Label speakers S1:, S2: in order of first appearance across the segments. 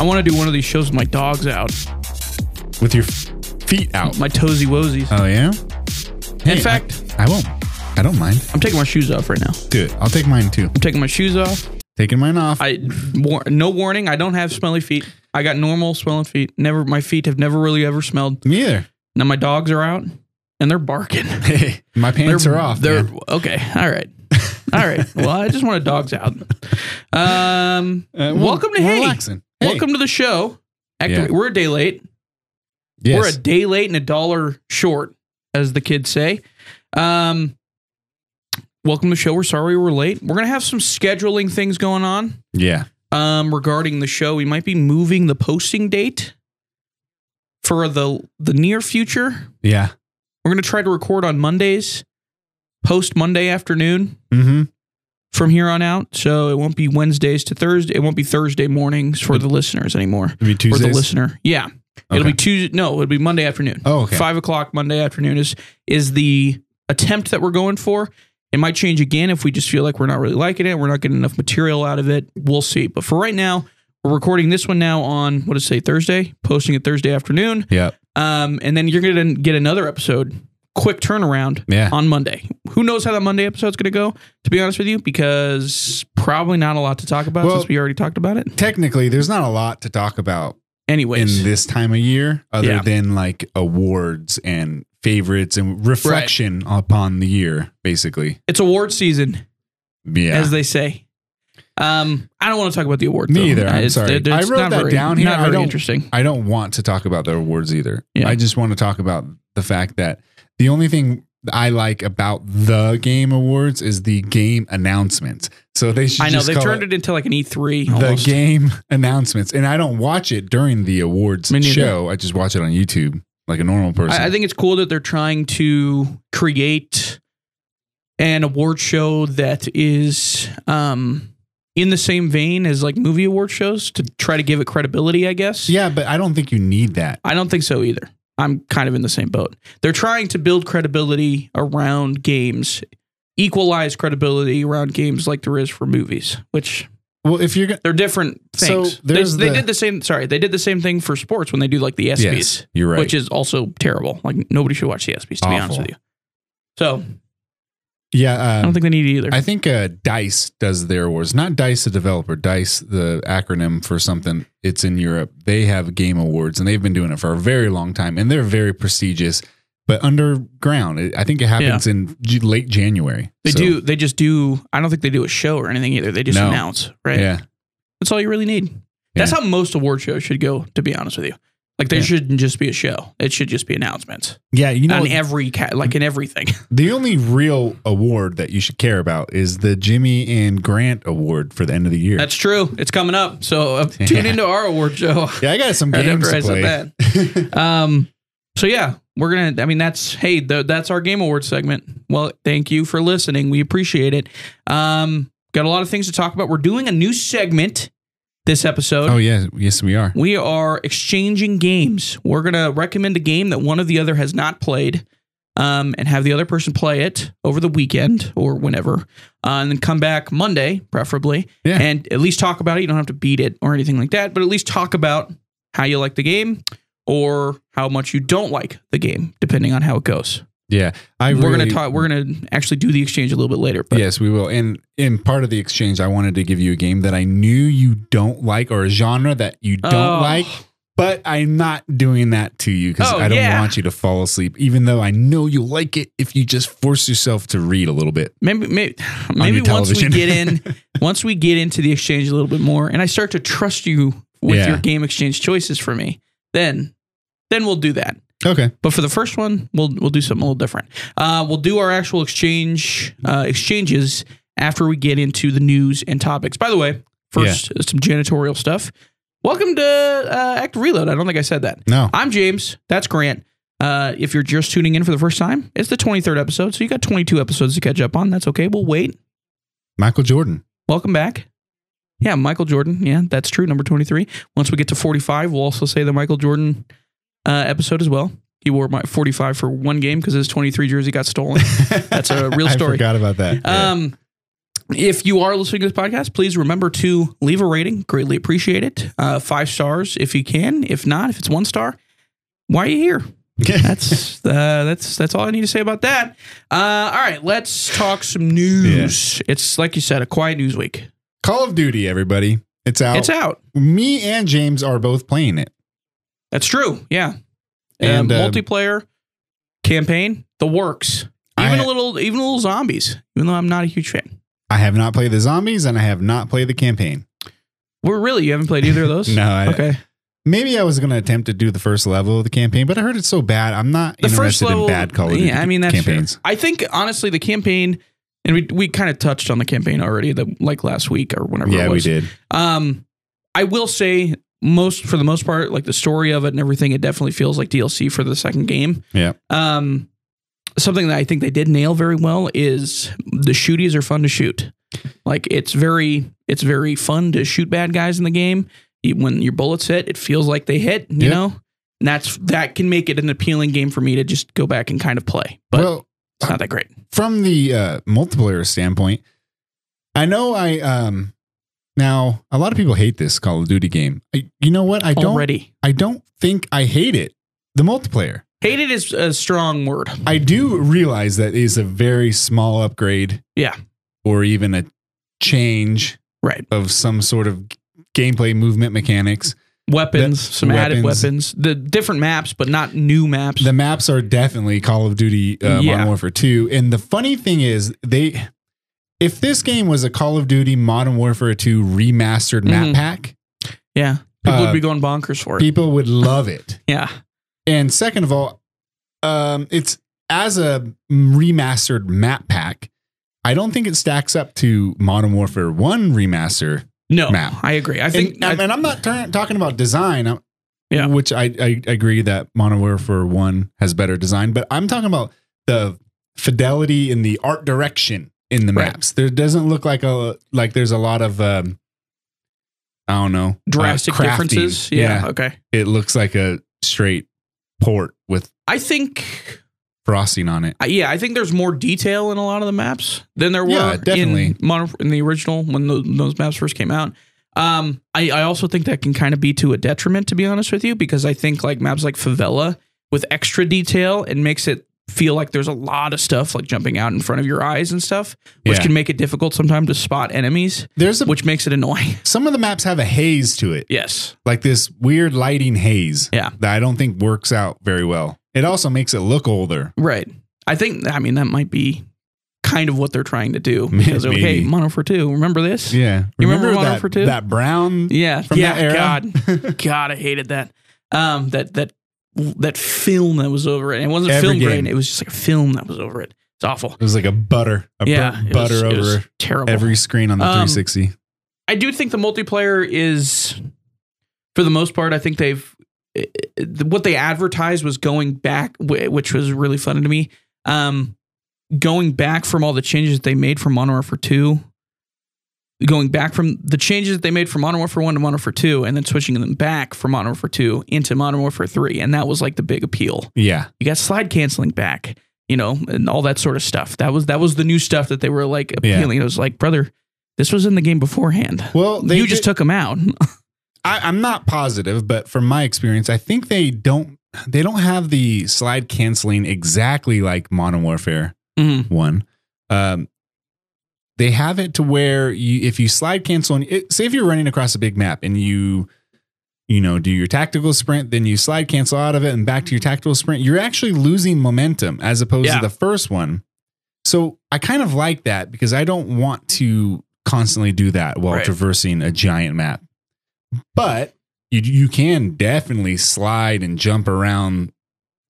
S1: want to do one of these shows with my dogs out,
S2: with your f- feet out.
S1: my toesy woesies.
S2: oh yeah. Hey,
S1: In fact,
S2: I, I won't. I don't mind.
S1: I'm taking my shoes off right now. I'm
S2: Do it. I'll take mine too.
S1: taking my shoes off.
S2: Taking mine off.
S1: I war- no warning. I don't have smelly feet. I got normal smelling feet. Never my feet have never really ever smelled.
S2: Me either.
S1: Now my dogs are out and they're barking.
S2: My pants
S1: they're,
S2: are off.
S1: They're
S2: man.
S1: okay. All right. All right. Well, I just wanted dogs out. Um,
S2: Uh, we're-
S1: welcome to
S2: we're
S1: Hey.
S2: relaxing. Hey.
S1: Welcome to the show. Activate.
S2: Yeah.
S1: We're a day late.
S2: Yes.
S1: We're a day late and a dollar short, as the kids say. Um, welcome to the show. We're sorry we're late. We're gonna have some scheduling things going on
S2: yeah.
S1: um, regarding the show. We might be moving the posting date for the the near future.
S2: Yeah.
S1: We're gonna try to record on Mondays, post Monday afternoon
S2: Mm-hmm.
S1: from here on out. So it won't be Wednesdays to Thursday. It won't be Thursday mornings for the listeners anymore.
S2: It'll be
S1: Or the
S2: Tuesdays.
S1: listener. Yeah. It'll
S2: Okay.
S1: be Tuesday. No, it'll be Monday afternoon.
S2: Oh, okay.
S1: Five o'clock Monday afternoon is is the attempt that we're going for. It might change again if we just feel like we're not really liking it. We're not getting enough material out of it. We'll see. But for right now, we're recording this one now on what is it, say Thursday, posting it Thursday afternoon.
S2: Yep.
S1: Um, and then you're gonna get another episode, quick turnaround
S2: Yeah.
S1: on Monday. Who knows how that Monday episode's gonna go, to be honest with you, because probably not a lot to talk about
S2: Well-
S1: since we already talked about it.
S2: Technically, there's not a lot to talk about
S1: Anyways.
S2: in this time of year other
S1: Yeah.
S2: than like awards and favorites and reflection upon the year, basically.
S1: it's award season.
S2: Yeah.
S1: as they say. Um, I don't want to talk about the awards.
S2: Me
S1: though.
S2: either. I'm
S1: It's-
S2: sorry.
S1: it's
S2: I wrote
S1: not
S2: that
S1: very-
S2: down here.
S1: Not
S2: I
S1: very
S2: don't-
S1: interesting.
S2: I don't want to talk about the awards either.
S1: Yeah.
S2: I just want to talk about the fact that the only thing I like about the game awards is the game announcements. So they should
S1: I know
S2: just
S1: they
S2: call
S1: turned
S2: it
S1: it into like an E3
S2: the
S1: almost.
S2: game announcements. And I don't watch it during the awards
S1: Me neither.
S2: show. I just watch it on YouTube like a normal person.
S1: I, I think it's cool that they're trying to create an award show that is um in the same vein as like movie award shows to try to give it credibility. I guess.
S2: yeah, but I don't think you need that.
S1: I don't think so either. I'm kind of in the same boat. They're trying to build credibility around games, equalize credibility around games like there is for movies, which
S2: Well, if you're going
S1: They're different
S2: So,
S1: things. they,
S2: there's
S1: they
S2: the-
S1: did the same. Sorry, they did the same thing for sports when they do like the ESPYS,
S2: Yes, you're right.
S1: which is also terrible. Like nobody should watch the ESPYS to be honest
S2: Awful.
S1: with you. So I
S2: yeah,
S1: don't
S2: um,
S1: think they need it either.
S2: I think uh, Dice does their awards. Not Dice, the developer. Dice, the acronym for something. It's in Europe. They have game awards, and they've been doing it for a very long time, and they're very prestigious. But underground, It- I think it happens in J- late January.
S1: they
S2: So,
S1: do. They just do. I don't think they do a show or anything either. They just
S2: No.
S1: announce. Right.
S2: Yeah,
S1: That's all you really need. That's how most award shows should go. To be honest with you, like there
S2: Yeah.
S1: shouldn't just be a show. It should just be announcements
S2: yeah. You know,
S1: on every ca- like in everything.
S2: the only real award that you should care about is the Jimmy and Grant Award for the end of the year.
S1: That's true. It's coming up. So uh, tune
S2: Yeah.
S1: into our award show.
S2: yeah, I got some
S1: Right
S2: games
S1: after
S2: to
S1: I
S2: play.
S1: said Um, so yeah, we're gonna. I mean, that's hey, th- that's our game awards segment. Well, thank you for listening. We appreciate it. Um, got a lot of things to talk about. We're doing a new segment this episode.
S2: oh yeah, yes we are.
S1: We are exchanging games. We're gonna recommend a game that one of the other has not played, um, and have the other person play it over the weekend or whenever, uh, and then come back Monday, preferably,
S2: Yeah.
S1: and at least talk about it. You don't have to beat it or anything like that, but at least talk about how you like the game or how much you don't like the game, depending on how it goes.
S2: Yeah, I
S1: we're
S2: really-
S1: gonna talk. We're gonna actually do the exchange a little bit later. But
S2: yes, we will. And in part of the exchange, I wanted to give you a game that I knew you don't like or a genre that you don't
S1: Oh.
S2: like, but I'm not doing that to you because
S1: Oh,
S2: I don't
S1: yeah.
S2: want you to fall asleep, even though I know you like it if you just force yourself to read a little bit.
S1: maybe maybe, maybe
S2: your
S1: once we
S2: television.
S1: get in once we get into the exchange a little bit more and i start to trust you with
S2: Yeah.
S1: your game exchange choices for me then then we'll do that
S2: Okay.
S1: but for the first one we'll we'll do something a little different uh, we'll do our actual exchange uh, exchanges after we get into the news and topics by the way first uh, some janitorial stuff welcome to uh, act reload i don't think i said that
S2: No.
S1: I'm James. That's Grant. Uh, if you're just tuning in for the first time, it's the 23rd episode, so you got 22 episodes to catch up on. That's okay. We'll wait.
S2: Michael Jordan.
S1: Welcome back. Yeah, Michael Jordan. Yeah, that's true. Number 23. Once we get to 45, we'll also say the Michael Jordan uh, episode as well. He wore my 45 for one game because his 23 jersey got stolen. That's a real
S2: I
S1: story.
S2: forgot about that. Yeah.
S1: Um, If you are listening to this podcast, please remember to leave a rating. Greatly appreciate it. Uh, five stars if you can. If not, if it's one star, why are you here? That's uh, that's that's all I need to say about that. Uh, all right, let's talk some news. It's like you said, a quiet news week.
S2: Call of Duty, everybody. It's out.
S1: It's out.
S2: Me and James are both playing it.
S1: That's true. Yeah,
S2: And,
S1: and
S2: uh,
S1: multiplayer campaign, the works. Even
S2: I-
S1: a little, even a little zombies. Even though I'm not a huge fan.
S2: I have not played the zombies and I have not played the campaign.
S1: We're really you haven't played either of those.
S2: No, I,
S1: Okay.
S2: maybe I was going to attempt to do the first level of the campaign, but I heard it's so bad. I'm not
S1: The first
S2: interested
S1: level.
S2: in bad Call of Duty
S1: yeah, I mean that's fair.
S2: campaigns.
S1: I think honestly, the campaign, and we we kind of touched on the campaign already, the, like last week or whenever.
S2: Yeah,
S1: it
S2: we
S1: was.
S2: did.
S1: Um, I will say most for the most part, like the story of it and everything, it definitely feels like DLC for the second game.
S2: Yeah.
S1: Um, something that I think they did nail very well is the shooties are fun to shoot. Like it's very it's very fun to shoot bad guys in the game. You- When your bullets hit, it feels like they hit. You
S2: Yeah.
S1: know, and that's that can make it an appealing game for me to just go back and kind of play. But
S2: well,
S1: it's not that great.
S2: from the uh, multiplayer standpoint, I know I um now a lot of people hate this Call of Duty game. I, you know what? I don't.
S1: Already,
S2: I don't think I hate it. The multiplayer.
S1: hated is a strong word.
S2: I do realize that is a very small upgrade.
S1: Yeah.
S2: Or even a change
S1: Right.
S2: of some sort of g- gameplay movement mechanics.
S1: weapons,
S2: That-
S1: some added weapons, the different maps, but not new maps.
S2: The maps are definitely Call of Duty uh,
S1: Yeah.
S2: Modern Warfare 2. And the funny thing is, they if this game was a Call of Duty Modern Warfare 2 remastered
S1: Mhm.
S2: map pack,
S1: yeah, people would
S2: uh,
S1: be going bonkers for it.
S2: people would love it.
S1: yeah,
S2: And second of all, um, it's as a remastered map pack. I don't think it stacks up to Modern Warfare One remaster.
S1: no,
S2: Map.
S1: I agree. I think
S2: and, I, and I'm not turn, talking about design, I'm-
S1: Yeah.
S2: which I, I agree that Modern Warfare One has better design, but I'm talking about the fidelity in the art direction in the
S1: Right.
S2: maps. There doesn't look like a like there's a lot of um, I don't know
S1: drastic
S2: uh, crafting.
S1: differences. Yeah, okay.
S2: it looks like a straight port with
S1: I think,
S2: frosting on it.
S1: I- yeah, I think there's more detail in a lot of the maps than there were
S2: Yeah, definitely.
S1: in modern in the original when tho- those maps first came out. Um, I, I also think that can kind of be to a detriment, to be honest with you, because I think like maps like Favela with extra detail, it makes it feel like there's a lot of stuff like jumping out in front of your eyes and stuff. which
S2: Yeah.
S1: can make it difficult sometimes to spot enemies,
S2: There's a,
S1: which makes it annoying.
S2: some of the maps have a haze to it,
S1: yes.
S2: like this weird lighting haze.
S1: Yeah.
S2: that I don't think works out very well. It also makes it look older.
S1: Right. I think, I mean, that might be kind of what they're trying to do because they're like, hey,
S2: Maybe.
S1: Mono for two, remember this? Yeah.
S2: Yeah,
S1: You remember Modern
S2: that
S1: Warfare 2?
S2: that brown
S1: Yeah.
S2: from that era?
S1: God, God, I hated that. Um, that, that, that film that was over it. And it wasn't
S2: Every
S1: film
S2: game.
S1: grain. It was just like a film that was over it. It's awful.
S2: It was like a butter, a
S1: yeah.
S2: burnt
S1: it
S2: butter
S1: was- it was
S2: over
S1: terrible.
S2: every screen on the
S1: Um,
S2: 360.
S1: I do think the multiplayer is, for the most part, I think they've eh, eh, what they advertised was going back, wh- which was really fun to me. Um, going back from all the changes they made from Modern Warfare Two, going back from the changes that they made from Modern Warfare One to Modern Warfare Two, and then switching them back from Modern Warfare Two into Modern Warfare Three, and that was like the big appeal.
S2: Yeah,
S1: You got slide canceling back, you know, and all that sort of stuff. That was that was the new stuff that they were like
S2: Yeah.
S1: appealing. It was like, brother, this was in the game beforehand
S2: well, they
S1: you just
S2: did-
S1: took them out.
S2: I, I'm not positive, but from my experience, I think they don't they don't have the slide canceling exactly like Modern Warfare. one. Um, they have it to where you, if you slide cancel, and it, say if you're running across a big map and you, you know, do your tactical sprint, then you slide cancel out of it and back to your tactical sprint, you're actually losing momentum as opposed
S1: Yeah.
S2: to the first one. So I kind of like that because I don't want to constantly do that while
S1: Right.
S2: traversing a giant map. But you you can definitely slide and jump around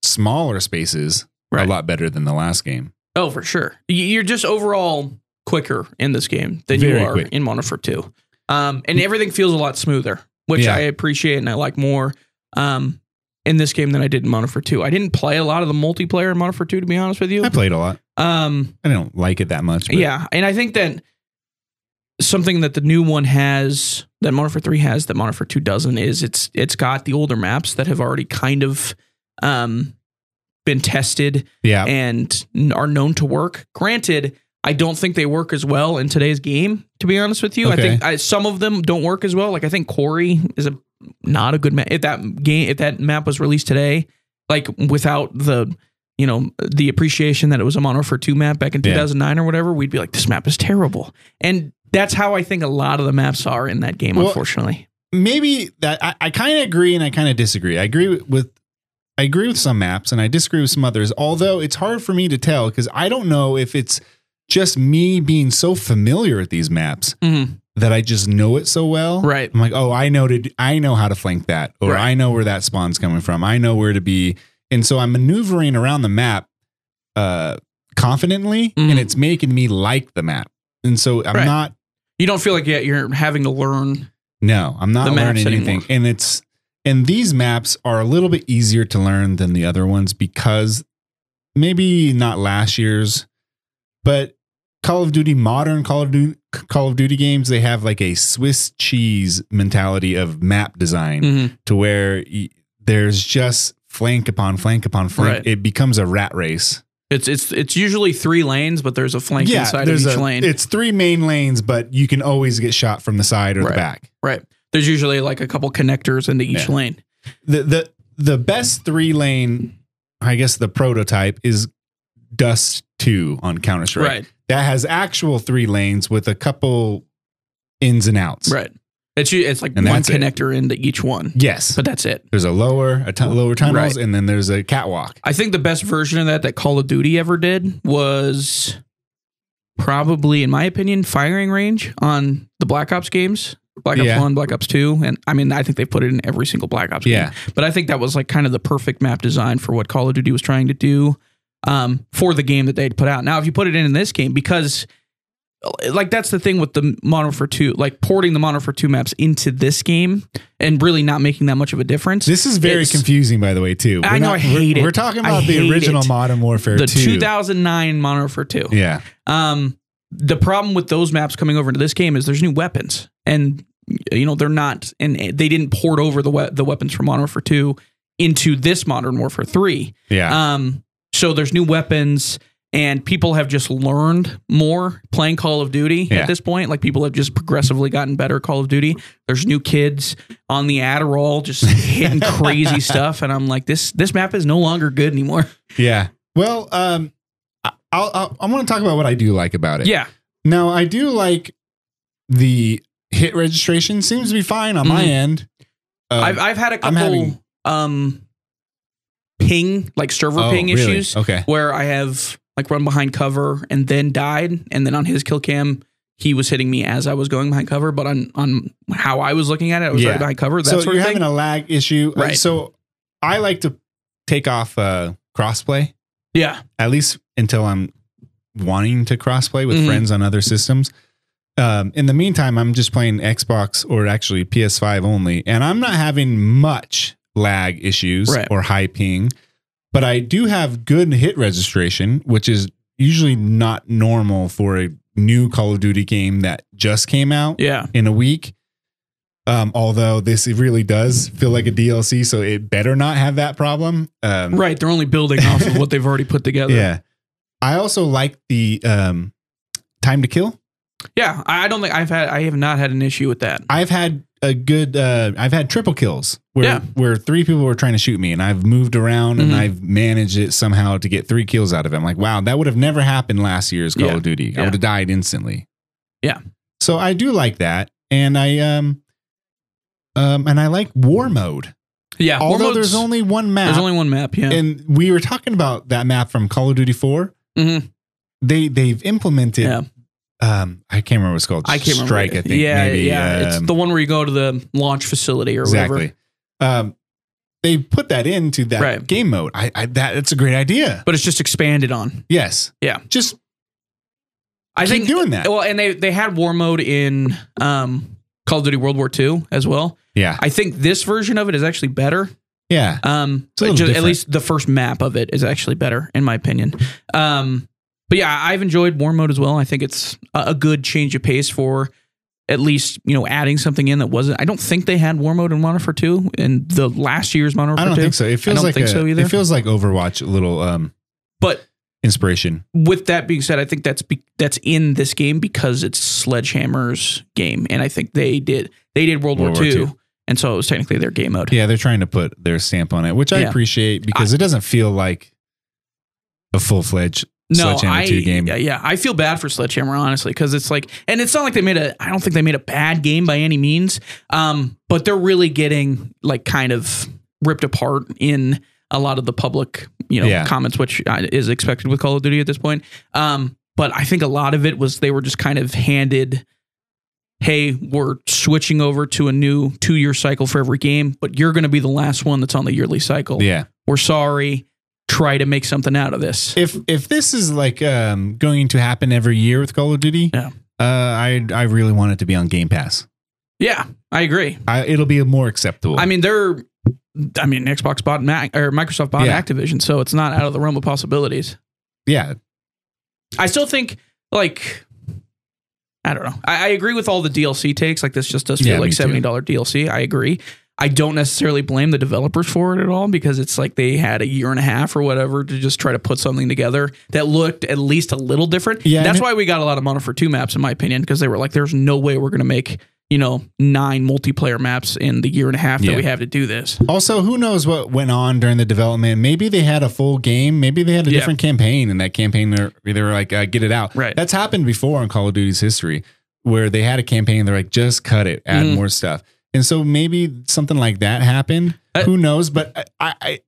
S2: smaller spaces
S1: Right.
S2: a lot better than the last game.
S1: Oh, for sure. Y- You're just overall quicker in this game than
S2: Very
S1: you are
S2: quick.
S1: in Modern Warfare 2. Um, and everything feels a lot smoother, which
S2: Yeah.
S1: I appreciate and I like more um, in this game than I did in Modern Warfare 2. I didn't play a lot of the multiplayer in Modern Warfare 2, to be honest with you.
S2: I played a lot.
S1: Um,
S2: I don't like it that much. but-
S1: Yeah, and I think that something that the new one has that Modern Warfare Three has that Modern Warfare Two doesn't is it's it's got the older maps that have already kind of um, been tested
S2: yeah,
S1: and n- are known to work. Granted, I don't think they work as well in today's game. To be honest with you, I
S2: Okay.
S1: think I, some of them don't work as well. Like I think Corey is a not a good map. If that game, if that map was released today, like without the you know the appreciation that it was a mono for two map back in
S2: Yeah.
S1: 2009 or whatever, we'd be like, this map is terrible. And that's how I think a lot of the maps are in that game.
S2: Well,
S1: unfortunately,
S2: maybe that I, I kind of agree and I kind of disagree. I agree with I agree with some maps and I disagree with some others. Although it's hard for me to tell because I don't know if it's just me being so familiar with these maps
S1: Mhm.
S2: that I just know it so well.
S1: Right.
S2: I'm like, oh, I know to, I know how to flank that, or
S1: Right.
S2: I know where that spawn's coming from. I know where to be, and so I'm maneuvering around the map uh, confidently,
S1: Mhm.
S2: and it's making me like the map. And so I'm
S1: Right.
S2: not
S1: you don't feel like yet you're having to learn.
S2: no, I'm not
S1: the maps
S2: learning anything.
S1: anymore.
S2: And it's and these maps are a little bit easier to learn than the other ones because maybe not last year's, but Call of Duty modern Call of Duty Call of Duty games they have like a Swiss cheese mentality of map design
S1: Mhm.
S2: to where y- there's just flank upon flank upon flank.
S1: Right.
S2: It becomes a rat race.
S1: It's it's it's usually three lanes, but there's a flank inside of each
S2: a,
S1: lane.
S2: It's three main lanes, but you can always get shot from the side or
S1: Right.
S2: the back.
S1: Right. There's usually like a couple connectors into each
S2: Yeah.
S1: lane.
S2: the the the best three lane, I guess the prototype is Dust Two on Counter Strike. That has actual three lanes with a couple ins and outs.
S1: Right. right. It's u- it's like
S2: And
S1: one
S2: that's it.
S1: connector into each one,
S2: Yes.
S1: but that's it.
S2: There's a lower a tu- lower tunnels,
S1: Right.
S2: and then there's a catwalk.
S1: I think the best version of that that Call of Duty ever did was probably, in my opinion, firing range on the Black Ops games. Black Ops
S2: Yeah.
S1: 1, Black Ops 2. And I mean, I think they put it in every single Black Ops
S2: Yeah.
S1: game. But I think that was like kind of the perfect map design for what Call of Duty was trying to do um, for the game that they'd put out. Now, if you put it in in this game, because like that's the thing with the Modern for 2, like porting the Modern for 2 maps into this game and really not making that much of a difference.
S2: This is very
S1: It's-
S2: confusing, by the way, too.
S1: I know, I hate
S2: we're,
S1: it.
S2: We're talking
S1: I
S2: about the
S1: hate
S2: original
S1: it.
S2: Modern Warfare
S1: the
S2: 2.
S1: 2009 Modern for 2.
S2: yeah.
S1: Um, the problem with those maps coming over into this game is there's new weapons, and you know they're not, and they didn't port over the we- the weapons from Modern Warfare Two into this Modern Warfare Three.
S2: Yeah.
S1: Um, so there's new weapons, and people have just learned more playing Call of Duty
S2: Yeah.
S1: at this point. Like people have just progressively gotten better at Call of Duty. There's new kids on the Adderall just hitting crazy stuff, and I'm like, this this map is no longer good anymore.
S2: yeah. Well, um, I, I'll, I'll, I want to talk about what I do like about it.
S1: Yeah,
S2: Now I do like the hit registration seems to be fine on my
S1: Mhm.
S2: end. Uh,
S1: I've I've had a
S2: I'm
S1: couple
S2: having-
S1: um ping like server
S2: oh,
S1: ping
S2: really?
S1: issues
S2: Okay.
S1: where I have like run behind cover and then died and then on his kill cam he was hitting me as I was going behind cover but on on how I was looking at it I was
S2: Yeah.
S1: right behind cover that
S2: So
S1: sort
S2: you're
S1: of thing.
S2: having a lag issue, Uh,
S1: Right.
S2: So I like to take off uh, crossplay
S1: yeah.
S2: at least until I'm wanting to crossplay with
S1: Mhm.
S2: friends on other systems. Um, in the meantime, I'm just playing Xbox or actually PS5 only, and I'm not having much lag issues
S1: Right.
S2: or high ping, but I do have good hit registration, which is usually not normal for a new Call of Duty game that just came out
S1: Yeah.
S2: in a week. Um, although this really does feel like a DLC, so it better not have that problem. Um,
S1: Right, they're only building off of what they've already put together.
S2: yeah. I also like the um, time to kill.
S1: Yeah, I I don't think I've had I have not had an issue with that.
S2: I've had a good. Uh, I've had triple kills where
S1: Yeah.
S2: where three people were trying to shoot me, and I've moved around
S1: Mhm.
S2: and I've managed it somehow to get three kills out of it. I'm like, wow, that would have never happened last year's Call
S1: Yeah.
S2: of Duty. I
S1: Yeah.
S2: would have died instantly.
S1: Yeah.
S2: So I do like that, and I um um and I like war mode.
S1: Yeah, war
S2: Although
S1: modes-
S2: there's only one map,
S1: there's only one map, yeah.
S2: and we were talking about that map from Call of Duty Four.
S1: Mhm.
S2: They they've implemented.
S1: Yeah.
S2: Um, I can't remember what it's called.
S1: I can't remember.
S2: Strike, I think.
S1: Yeah,
S2: maybe.
S1: yeah.
S2: Um,
S1: it's the one where you go to the launch facility or whatever.
S2: exactly. Um, they put that into that
S1: Right.
S2: game mode. I, I that that's a great idea.
S1: But it's just expanded on.
S2: Yes.
S1: Yeah.
S2: Just
S1: I
S2: keep
S1: think
S2: doing that.
S1: well, and they they had war mode in um, Call of Duty World War II as well.
S2: Yeah.
S1: I think this version of it is actually better.
S2: Yeah.
S1: Um,
S2: It's a little
S1: ju- at
S2: different.
S1: least the first map of it is actually better in my opinion. Um, but yeah, I've enjoyed war mode as well. I think it's a, a good change of pace for at least you know adding something in that wasn't. I don't think they had war mode in Modern Warfare Two in the last year's Modern
S2: I
S1: Warfare
S2: don't
S1: Two.
S2: think so. It feels
S1: don't
S2: like
S1: think
S2: a-
S1: so either.
S2: it feels like Overwatch a little um
S1: But
S2: inspiration.
S1: with that being said, I think that's be- that's in this game because it's Sledgehammer's game, and I think they did they did World,
S2: World
S1: War,
S2: War
S1: II,
S2: II.
S1: and so it was technically their game mode.
S2: Yeah, they're trying to put their stamp on it, which I
S1: Yeah.
S2: appreciate because it doesn't feel like a full fledged
S1: no,
S2: Sledgehammer
S1: I
S2: 2 game.
S1: yeah, yeah, I feel bad for Sledgehammer honestly because it's like, and it's not like they made a I don't think they made a bad game by any means, um, but they're really getting like kind of ripped apart in a lot of the public you know
S2: Yeah.
S1: comments, which uh, is expected with Call of Duty at this point. Um, but I think a lot of it was they were just kind of handed. hey, we're switching over to a new two year cycle for every game, but you're going to be the last one that's on the yearly cycle.
S2: Yeah.
S1: We're sorry. Try to make something out of this.
S2: If if this is like um, going to happen every year with Call of Duty,
S1: Yeah.
S2: uh, I I really want it to be on Game Pass.
S1: Yeah, I agree.
S2: I, it'll be more acceptable.
S1: I mean, they're, I mean, Xbox bought Mac or Microsoft bought
S2: Yeah.
S1: Activision, so it's not out of the realm of possibilities.
S2: yeah,
S1: I still think, like, I don't know. I, I agree with all the DLC takes. Like, this just does feel
S2: Yeah,
S1: like
S2: me too.
S1: $70 DLC. I agree. I don't necessarily blame the developers for it at all because it's like they had a year and a half or whatever to just try to put something together that looked at least a little different.
S2: Yeah,
S1: That's
S2: and it-
S1: why we got a lot of mono for two maps, in my opinion, because they were like, there's no way we're going to make, you know, nine multiplayer maps in the year and a half that
S2: Yeah.
S1: we have to do this.
S2: Also, who knows what went on during the development? Maybe they had a full game. Maybe they had a
S1: Yeah.
S2: different campaign, and that campaign they're they were like, uh, "Get it out."
S1: Right.
S2: That's happened before on Call of Duty's history, where they had a campaign. They're like, "Just cut it. Add
S1: Mhm.
S2: more stuff." And so maybe something like that happened.
S1: Uh,
S2: who knows? But I, I, I,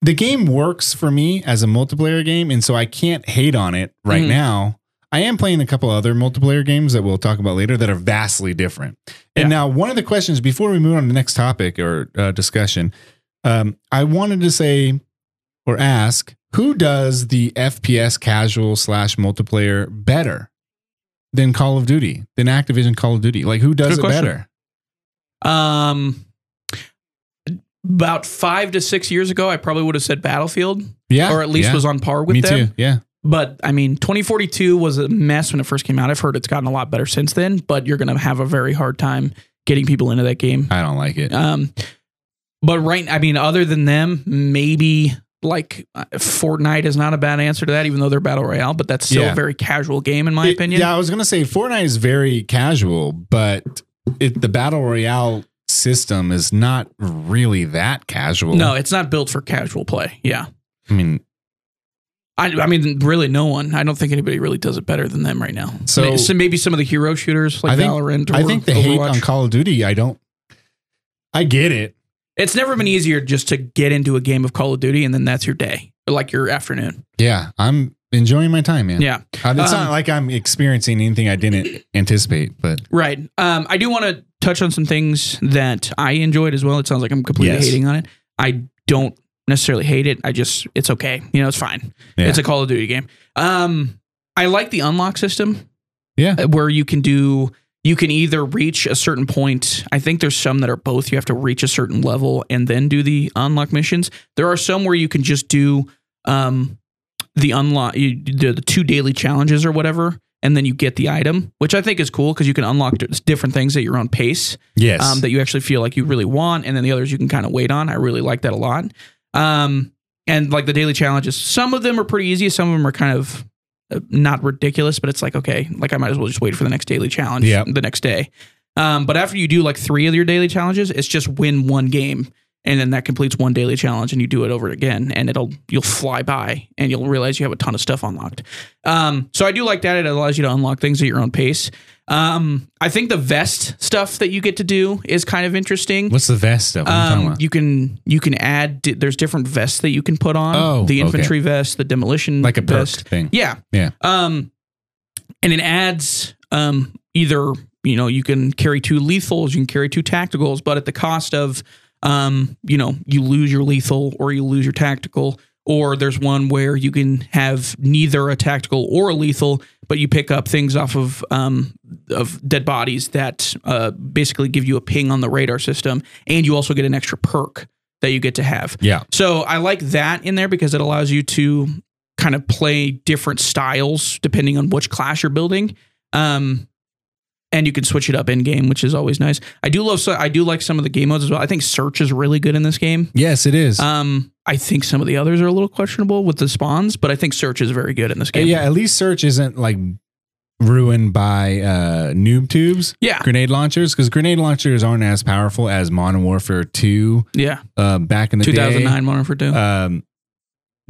S2: the game works for me as a multiplayer game, and so I can't hate on it right
S1: Mhm.
S2: now. I am playing a couple other multiplayer games that we'll talk about later that are vastly different. And
S1: Yeah.
S2: now, one of the questions before we move on to the next topic or uh, discussion, um, I wanted to say or ask who does the FPS casual slash multiplayer better than Call of Duty, than Activision Call of Duty? Like, who does
S1: Good
S2: it
S1: question.
S2: better?
S1: Um, about five to six years ago, I probably would have said Battlefield,
S2: Yeah.
S1: or at least
S2: yeah.
S1: was on par with
S2: Me
S1: them.
S2: too. Yeah.
S1: But I mean, 2042 was a mess when it first came out. I've heard it's gotten a lot better since then, but you're going to have a very hard time getting people into that game.
S2: I don't like it.
S1: Um, but right, I mean, other than them, maybe like uh, Fortnite is not a bad answer to that, even though they're battle royale. But that's still
S2: Yeah.
S1: a very casual game, in my
S2: It-
S1: opinion.
S2: Yeah, I was gonna say Fortnite is very casual, but it, the battle royale system is not really that casual.
S1: No, it's not built for casual play. Yeah.
S2: I mean,
S1: I, I mean, really, no one. I don't think anybody really does it better than them right now.
S2: So-
S1: May- maybe some of the hero shooters like
S2: I think-
S1: Valorant. Or
S2: I think the
S1: Overwatch.
S2: hate on Call of Duty. I don't. I get it.
S1: it's never been easier just to get into a game of Call of Duty and then that's your day, like your afternoon.
S2: Yeah, I'm enjoying my time, man.
S1: Yeah,
S2: Uh, it's
S1: Um,
S2: not like I'm experiencing anything I didn't anticipate, but
S1: right. Um, I do want to touch on some things that I enjoyed as well. It sounds like I'm completely
S2: Yes.
S1: hating on it. I don't necessarily hate it. I just it's okay. You know, it's fine.
S2: Yeah.
S1: It's a Call of Duty game. Um, I like the unlock system.
S2: Yeah.
S1: Uh, where you can do you can either reach a certain point. I think there's some that are both. You have to reach a certain level and then do the unlock missions. There are some where you can just do um, the unlock you do the two daily challenges or whatever, and then you get the item, which I think is cool because you can unlock d- different things at your own pace
S2: yes,
S1: um, that you actually feel like you really want, and then the others you can kind of wait on. I really like that a lot. Um, and like the daily challenges, some of them are pretty easy, some of them are kind of uh, not ridiculous, but it's like okay, like I might as well just wait for the next daily challenge
S2: Yep.
S1: the next day. Um, but after you do like three of your daily challenges, it's just win one game, and then that completes one daily challenge, and you do it over again, and it'll you'll fly by, and you'll realize you have a ton of stuff unlocked. Um, so I do like that; it allows you to unlock things at your own pace. Um, I think the vest stuff that you get to do is kind of interesting.
S2: what's the vest stuff? What are you talking
S1: Um,
S2: about?
S1: you can you can add di- there's different vests that you can put on.
S2: Oh,
S1: the
S2: okay.
S1: infantry vest, the demolition
S2: like a perk
S1: vest.
S2: thing.
S1: Yeah.
S2: Yeah.
S1: Um, and it adds um, either you know you can carry two lethals, you can carry two tacticals, but at the cost of um, you know you lose your lethal or you lose your tactical. Or there's one where you can have neither a tactical or a lethal, but you pick up things off of um, of dead bodies that uh, basically give you a ping on the radar system, and you also get an extra perk that you get to have.
S2: Yeah,
S1: So I like that in there because it allows you to kind of play different styles depending on which class you're building. Um, and you can switch it up in game, which is always nice. I do love so I do like some of the game modes as well. I think search is really good in this game.
S2: Yes, it is.
S1: Um, I think some of the others are a little questionable with the spawns, but I think search is very good in this game.
S2: Uh, yeah, at least search isn't like ruined by uh, noob tubes,
S1: yeah,
S2: grenade launchers, because grenade launchers aren't as powerful as Modern Warfare 2
S1: yeah.
S2: uh, back in the
S1: Two thousand
S2: day.
S1: nine Modern Warfare Two.
S2: Um,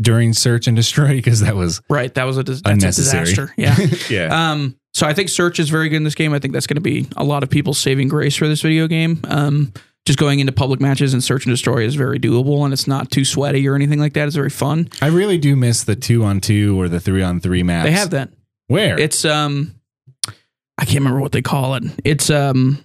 S2: during search and destroy, because that was
S1: right, that was a, dis- that's a
S2: unnecessary.
S1: disaster. Yeah.
S2: yeah.
S1: Um, so I think search is very good in this game. I think that's going to be a lot of people's saving grace for this video game. Um, just going into public matches and search and destroy is very doable, and it's not too sweaty or anything like that. It's very fun.
S2: I really do miss the two on two or the three on three maps.
S1: They have that.
S2: where
S1: It's um, I can't remember what they call it. It's um,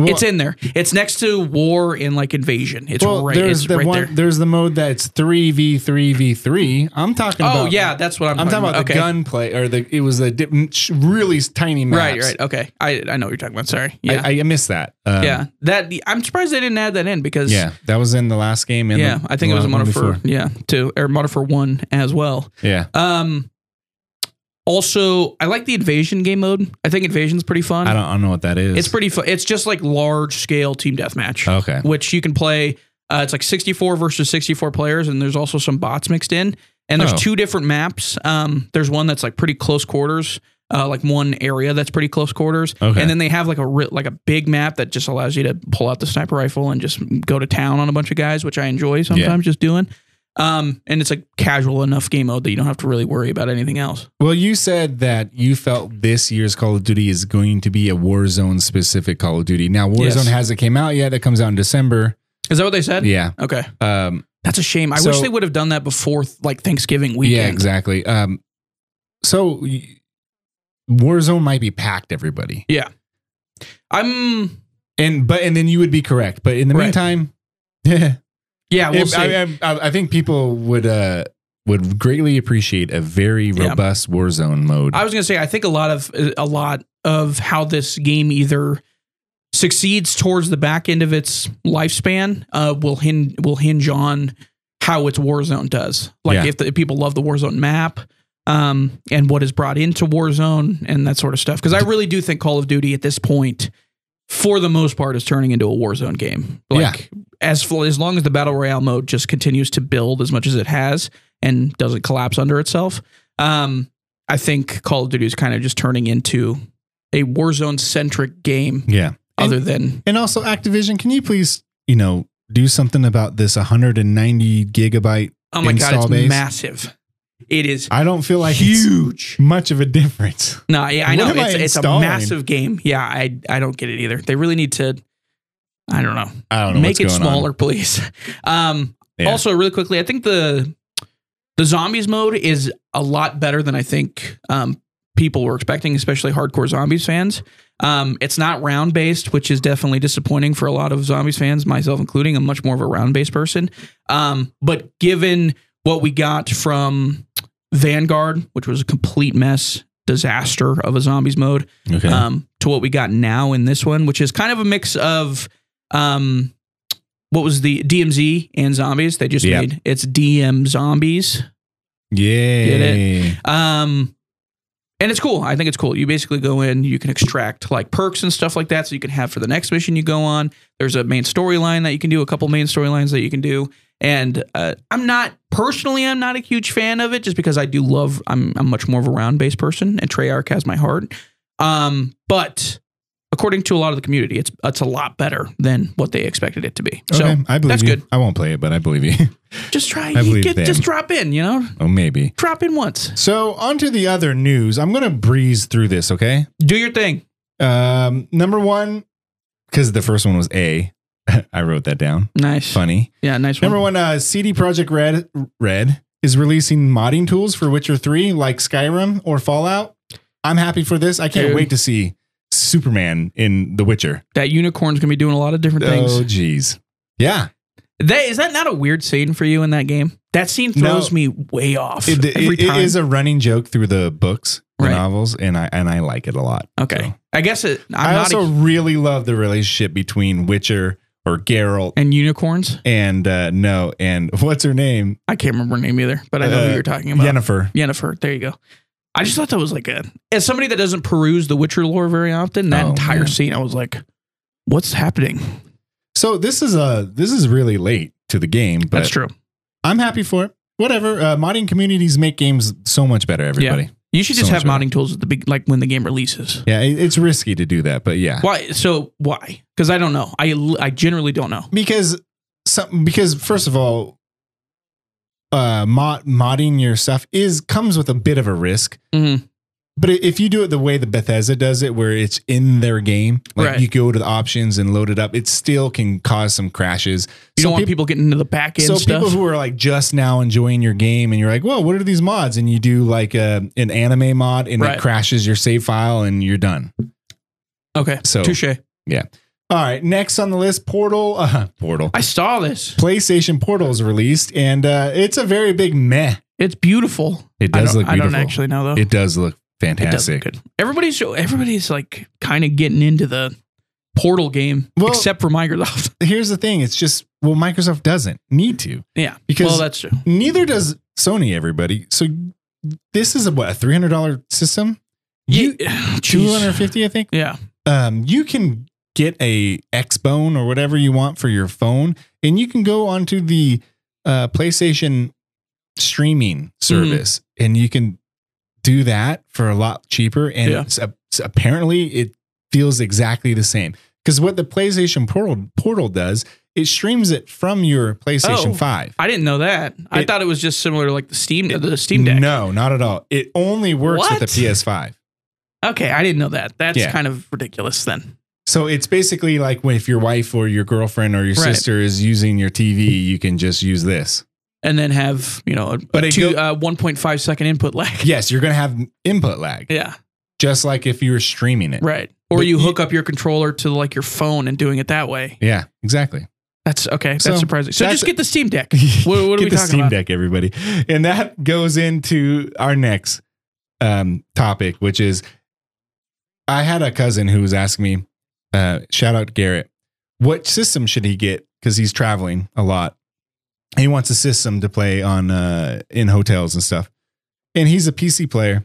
S2: Well-
S1: it's in there. It's next to war and like invasion. It's right.
S2: there's
S1: It's
S2: the
S1: right
S2: one.
S1: there.
S2: There's the mode that's three v three v three. I'm talking.
S1: Oh
S2: about,
S1: yeah, that's what I'm.
S2: I'm talking about
S1: okay.
S2: the gunplay or the. It was the di- sh- really tiny maps.
S1: Right, right. Okay, I I know what you're talking about. Sorry. Yeah,
S2: I, I missed that. Um,
S1: yeah. That I'm surprised they didn't add that in because
S2: yeah. That was in the last game. And
S1: yeah,
S2: the,
S1: I think it was a
S2: the one
S1: model for
S2: before.
S1: yeah two or model for one as well.
S2: Yeah,
S1: Um, also, I like the invasion game mode. I think invasion's pretty fun.
S2: I don't, I don't know what that is.
S1: it's pretty fun. It's just like large scale team deathmatch,
S2: okay.
S1: which you can play. Uh, it's like 64 versus 64 players, and there's also some bots mixed in. And there's
S2: Oh.
S1: two different maps. Um, there's one that's like pretty close quarters, uh, like one area that's pretty close quarters.
S2: Okay.
S1: And then they have like a ri- like a big map that just allows you to pull out the sniper rifle and just go to town on a bunch of guys, which I enjoy sometimes just doing. Um, and it's a casual enough game mode that you don't have to really worry about anything else.
S2: Well, you said that you felt this year's Call of Duty is going to be a Warzone specific Call of Duty. Now, Warzone
S1: Yes.
S2: hasn't came out yet. It comes out in December.
S1: Is that what they said?
S2: Yeah.
S1: Okay.
S2: Um,
S1: That's a shame. I wish
S2: So-
S1: they would have done that before like Thanksgiving weekend.
S2: Yeah, exactly. Um, so y- Warzone might be packed, everybody,
S1: I'm
S2: and but and then you would be correct. But in the
S1: Right.
S2: meantime, yeah,
S1: yeah, we'll
S2: if-
S1: see.
S2: I, I, I- I think people would uh would greatly appreciate a very
S1: Yeah.
S2: robust Warzone mode.
S1: I was gonna say I think a lot of a lot of how this game either succeeds towards the back end of its lifespan uh, will hinge will hinge on how its Warzone does. Like
S2: Yeah.
S1: if, the, if people love the Warzone map um, and what is brought into Warzone and that sort of stuff. Because I really do think Call of Duty at this point, for the most part, is turning into a Warzone game. Like as fl- as long as the battle royale mode just continues to build as much as it has and doesn't collapse under itself. Um, I think Call of Duty is kind of just turning into a Warzone centric game
S2: yeah,
S1: other than
S2: and also Activision, can you please you know do something about this 190 gigabyte?
S1: oh my god,
S2: Install
S1: it's
S2: base.
S1: massive. It is
S2: I don't feel like it's
S1: huge.
S2: much of a difference.
S1: No, yeah, I
S2: What
S1: know it's,
S2: am I
S1: it's a
S2: installing?
S1: massive game. Yeah, I I don't get it either. They really need to. I don't know.
S2: I don't know.
S1: Make
S2: what's
S1: it
S2: going on.
S1: smaller, please. Um,
S2: Yeah.
S1: Also, really quickly, I think the the zombies mode is a lot better than I think um, people were expecting, especially hardcore zombies fans. Um, it's not round based, which is definitely disappointing for a lot of zombies fans, myself including. I'm much more of a round based person. Um, but given what we got from Vanguard, which was a complete mess, disaster of a zombies mode,
S2: Okay.
S1: um, to what we got now in this one, which is kind of a mix of um, what was the DMZ and zombies. They just
S2: Yeah.
S1: made it's DM zombies.
S2: Yay.
S1: Um, and it's cool. I think it's cool. You basically go in, you can extract like perks and stuff like that, so you can have for the next mission you go on. There's a main storyline that you can do, a couple main storylines that you can do. And uh, I'm not personally, I'm not a huge fan of it, just because I do love. I'm I'm much more of a round based person, and Treyarch has my heart. Um, but according to a lot of the community, it's it's a lot better than what they expected it to be.
S2: okay, I believe
S1: that's
S2: you.
S1: good.
S2: I won't play it, but I believe you.
S1: So just try,
S2: I believe
S1: get,
S2: them.
S1: just drop in, you know,
S2: oh, maybe.
S1: drop in once,
S2: So, on to the other news. I'm going to breeze through this, okay?
S1: do your thing.
S2: Um, number one, because the first one was A. I wrote that down.
S1: Nice,
S2: Funny.
S1: yeah, nice one.
S2: Number one, uh, CD Project Red, Red is releasing modding tools for Witcher 3, like Skyrim or Fallout. I'm happy for this. I can't
S1: Dude.
S2: wait to see Superman in The Witcher.
S1: that unicorn's gonna be doing a lot of different
S2: Oh,
S1: things.
S2: geez. Yeah.
S1: That is that not a weird scene for you in that game? That scene throws
S2: No.
S1: me way off
S2: It-
S1: every
S2: it- it
S1: time.
S2: is a running joke through the books, the
S1: Right.
S2: novels, and I and I like it a lot.
S1: okay,
S2: So.
S1: I guess it, I'm
S2: i
S1: not
S2: also
S1: a,
S2: really love the relationship between Witcher or Geralt
S1: and unicorns.
S2: and uh, no, and what's her name?
S1: I can't remember her name either, but I know
S2: Uh,
S1: who you're talking about.
S2: Yennefer.
S1: Yennefer. There you go. I just thought that was like a as somebody that doesn't peruse the Witcher lore very often. That
S2: Oh,
S1: entire
S2: man.
S1: scene, I was like, "What's happening?"
S2: So this is a this is really late to the game, but
S1: That's true.
S2: I'm happy for it. Whatever. Uh, modding communities make games so much better. Everybody.
S1: You should
S2: So
S1: just have
S2: much better.
S1: modding tools at the big, like when the game releases.
S2: Yeah. it- it's risky to do that, but yeah.
S1: Why? So why? Because I don't know. I I generally don't know.
S2: Because some because first of all, uh, mod modding your stuff is comes with a bit of a risk.
S1: Mhm.
S2: But i- if you do it the way that Bethesda does it, where it's in their game, like
S1: Right.
S2: you go to the options and load it up, it still can cause some crashes.
S1: You
S2: Some
S1: don't want
S2: peop-
S1: people getting into the back end
S2: so
S1: stuff.
S2: people who are like just now enjoying your game and you're like, whoa, what are these mods? And you do like a, an anime mod and
S1: Right.
S2: it crashes your save file and you're done.
S1: okay,
S2: So
S1: touche.
S2: all right, next on the list, Portal. Uh, Portal.
S1: I saw this.
S2: PlayStation Portal is released and uh, it's a very big meh.
S1: It's beautiful.
S2: It
S1: I
S2: does
S1: don't-
S2: look
S1: I
S2: beautiful.
S1: don't actually know though.
S2: It does look
S1: It does look
S2: fantastic.
S1: good. Everybody's so everybody's like kind of getting into the portal game,
S2: Well-
S1: except for Microsoft.
S2: Here's the thing: it's just well, Microsoft doesn't need to.
S1: yeah,
S2: Because-
S1: well, that's true.
S2: Neither does Sony. Everybody. So this is a what a three hundred dollar system. You-
S1: Jeez.
S2: Two hundred fifty, I think.
S1: Yeah,
S2: um, you can get a Xbone or whatever you want for your phone, and you can go onto the uh, PlayStation streaming
S1: Mm-hmm.
S2: service, and you can do that for a lot cheaper. And
S1: Yeah.
S2: it's a- it's apparently, it feels exactly the same because what the PlayStation Portal Portal does, it streams it from your PlayStation
S1: Oh.
S2: Five.
S1: I didn't know that. I
S2: It-
S1: thought it was just similar to like the Steam the Steam Deck.
S2: No, not at all. It only works
S1: What?
S2: with the PS5.
S1: Okay, I didn't know that. That's
S2: Yeah.
S1: kind of ridiculous then.
S2: So it's basically like when- if your wife or your girlfriend or your
S1: Right.
S2: sister is using your TV, you can just use this.
S1: And then have you know, a,
S2: But
S1: a
S2: it
S1: two,
S2: go-
S1: uh, one point five second input lag.
S2: Yes, you're going to have input lag,
S1: yeah,
S2: just like if you were streaming it.
S1: right. Or
S2: But
S1: you
S2: you-
S1: hook up your controller to like your phone and doing it that way.
S2: Yeah, exactly.
S1: That's okay. That's
S2: So,
S1: surprising. So
S2: that's-
S1: just get the Steam Deck. What, what are
S2: Get
S1: we
S2: the
S1: talking
S2: Steam
S1: about?
S2: Deck, everybody. And that goes into our next um, topic, which is I had a cousin who was asking me, uh, shout out Garrett, what system should he get? Because he's traveling a lot. He wants a system to play on uh, in hotels and stuff. And he's a PC player.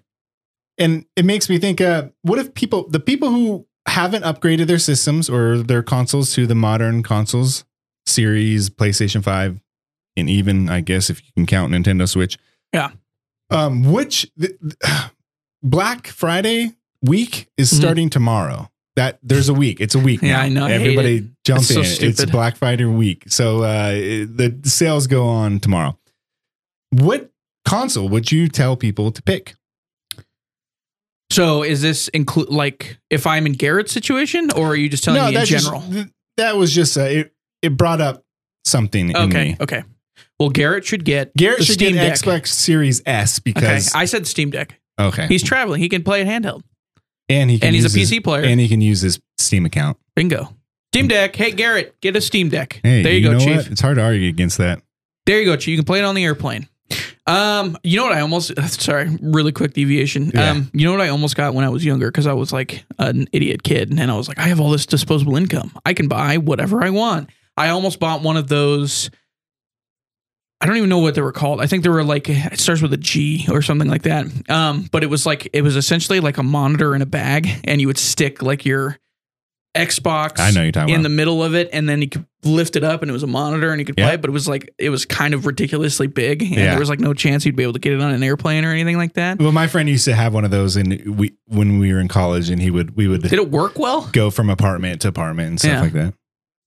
S2: And it makes me think, uh, what if people, the people who haven't upgraded their systems or their consoles to the modern consoles, series, PlayStation 5, and even I guess if you can count Nintendo Switch.
S1: Yeah.
S2: Um, which th- th- Black Friday week is
S1: Mhm.
S2: starting tomorrow. That there's a week. It's a week.
S1: Yeah,
S2: now.
S1: I know. I hate
S2: Everybody
S1: it.
S2: jump
S1: It's so
S2: in. it's
S1: stupid.
S2: Black Friday week. So uh, it- the sales go on tomorrow. What console would you tell people to pick?
S1: So is this include like if I'm in Garrett's situation, or are you just telling me in
S2: that's just-
S1: general?
S2: th- that was just uh, it. It brought up something in
S1: okay,
S2: me.
S1: okay. Well, Garrett should get
S2: Garrett
S1: the
S2: should
S1: Steam
S2: get
S1: Deck.
S2: Xbox Series S
S1: Okay,
S2: because
S1: I said Steam Deck.
S2: okay,
S1: He's traveling. He can play it handheld,
S2: and he can
S1: and he's a
S2: use his-
S1: PC player.
S2: and he can use his Steam account.
S1: Bingo. Steam Deck. Hey, Garrett, get a Steam Deck.
S2: Hey,
S1: there you, go,
S2: know
S1: Chief.
S2: what? It's hard to argue against that.
S1: There you go, Chief. You can play it on the airplane. Um, you know what I almost sorry, really quick deviation.
S2: Yeah.
S1: Um, you know what I almost got when I was younger because I was like an idiot kid, and I was like, I have all this disposable income. I can buy whatever I want. I almost bought one of those. I don't even know what they were called. I think they were like it starts with a G or something like that. Um, but it was like it was essentially like a monitor in a bag, and you would stick like your Xbox
S2: I know you're talking
S1: in
S2: about.
S1: the middle of it, and then you could lift it up, and it was a monitor, and you could
S2: Yeah.
S1: play it. But it was like it was kind of ridiculously big, and
S2: Yeah.
S1: there was like no chance you'd be able to get it on an airplane or anything like that.
S2: well, my friend used to have one of those, and we when we were in college, and he would we would
S1: Did it work well?
S2: go from apartment to apartment and stuff
S1: Yeah.
S2: like that.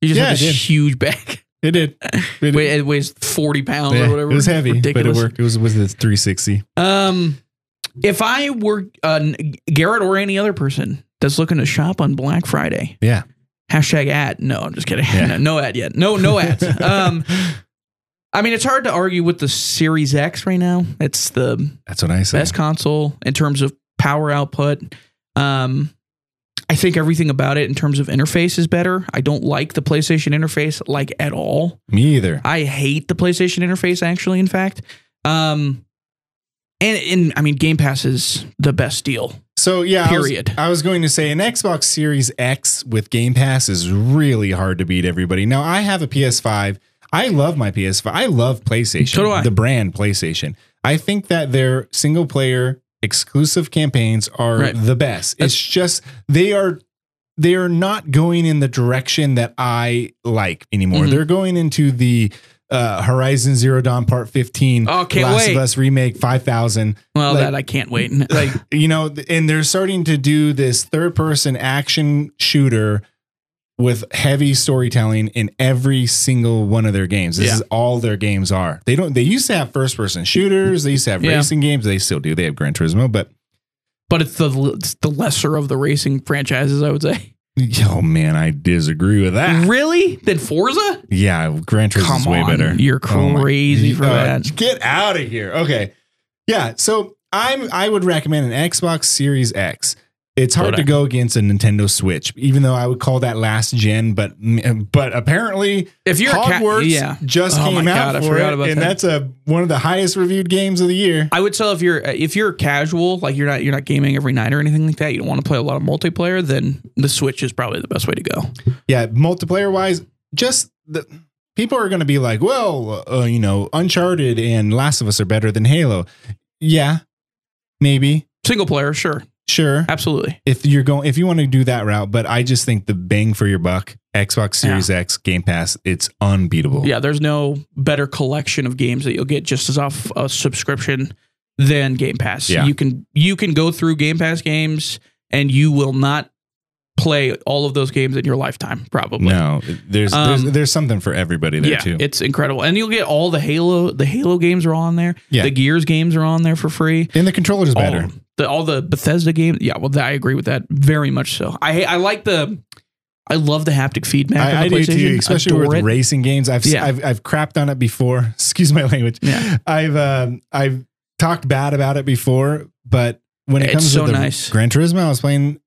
S1: You just
S2: Yeah,
S1: had this
S2: it did.
S1: huge bag.
S2: It did. It,
S1: Wait, it weighs forty pounds
S2: yeah,
S1: or whatever.
S2: it was heavy,
S1: Ridiculous.
S2: but it worked. It was with the 360.
S1: Um, if I were uh, n- Garrett or any other person that's looking to shop on Black Friday,
S2: Yeah.
S1: hashtag ad. No, I'm just kidding.
S2: Yeah.
S1: no ad yet. No, no ads. um, I mean, it's hard to argue with the Series X right now. It's the
S2: That's what I said.
S1: best console in terms of power output. Um, I think everything about it in terms of interface is better. I don't like the PlayStation interface like at all.
S2: Me either.
S1: I hate the PlayStation interface actually. In fact, um, and and I mean Game Pass is the best deal.
S2: So yeah,
S1: Period.
S2: I was, I was going to say an Xbox Series X with Game Pass is really hard to beat everybody. Now I have a PS5. I love my PS5. I love PlayStation.
S1: So do I.
S2: The brand PlayStation. I think that their single player exclusive campaigns are
S1: Right.
S2: the best.
S1: That's-
S2: it's just they are they are not going in the direction that I like anymore.
S1: Mhm.
S2: They're going into the uh, Horizon Zero Dawn Part 15
S1: Oh, can't
S2: Last
S1: wait.
S2: of Us remake 5000
S1: Well,
S2: Like-
S1: that I can't wait. Like
S2: you know, th- and they're starting to do this third person action shooter with heavy storytelling in every single one of their games. This
S1: Yeah.
S2: is all their games are. They don't they used to have first person shooters, they used to have
S1: Yeah.
S2: racing games, they still do. They have Gran Turismo, but
S1: but it's the it's the lesser of the racing franchises, I would say.
S2: oh man, I disagree with that.
S1: Really? Then Forza?
S2: Yeah, Gran Turismo Ah. is
S1: Come
S2: way
S1: on,
S2: better.
S1: you're
S2: Oh my-
S1: crazy for
S2: Uh,
S1: that.
S2: Get out of here. Okay. Yeah, so I'm I would recommend an Xbox Series X. It's hard
S1: Would
S2: to
S1: I?
S2: go against a Nintendo Switch, even though I would call that last gen, but but apparently
S1: If you're a cat,
S2: Hogwarts
S1: yeah.
S2: just
S1: Oh my
S2: came out
S1: God, I
S2: for
S1: forgot
S2: it,
S1: about
S2: and
S1: that.
S2: that's a one of the highest reviewed games of the year.
S1: I would tell if you're if you're casual, like you're not you're not gaming every night or anything like that. You don't want to play a lot of multiplayer. Then the Switch is probably the best way to go.
S2: Yeah, multiplayer wise, just the people are going to be like, well, uh, you know, Uncharted and Last of Us are better than Halo. Yeah, maybe,
S1: Single player, sure,
S2: sure.
S1: absolutely.
S2: if you're going if you want to do that route but i just think the bang for your buck xbox series x game pass it's unbeatable
S1: Yeah, there's no better collection of games that you'll get just as off a subscription than Game Pass.
S2: Yeah.
S1: You can you can go through Game Pass games and you will not play all of those games in your lifetime probably.
S2: no there's,
S1: Um,
S2: there's there's something for everybody there
S1: yeah,
S2: too
S1: it's incredible. And you'll get all the Halo the Halo games are all on there.
S2: Yeah.
S1: The Gears games are on there for free.
S2: and the controller's
S1: All
S2: better
S1: of them. Oh, The, all the Bethesda games. Yeah, well, I agree with that very much. So I I like the I love the haptic feedback.
S2: I, I
S1: on the
S2: do
S1: PlayStation.
S2: too, especially
S1: Adore
S2: with
S1: it.
S2: racing games. I've, s-
S1: Yeah.
S2: I've I've crapped on it before. Excuse my language.
S1: Yeah.
S2: I've um, I've talked bad about it before, but when it
S1: It's
S2: comes
S1: so
S2: to the
S1: nice.
S2: Gran Turismo I was playing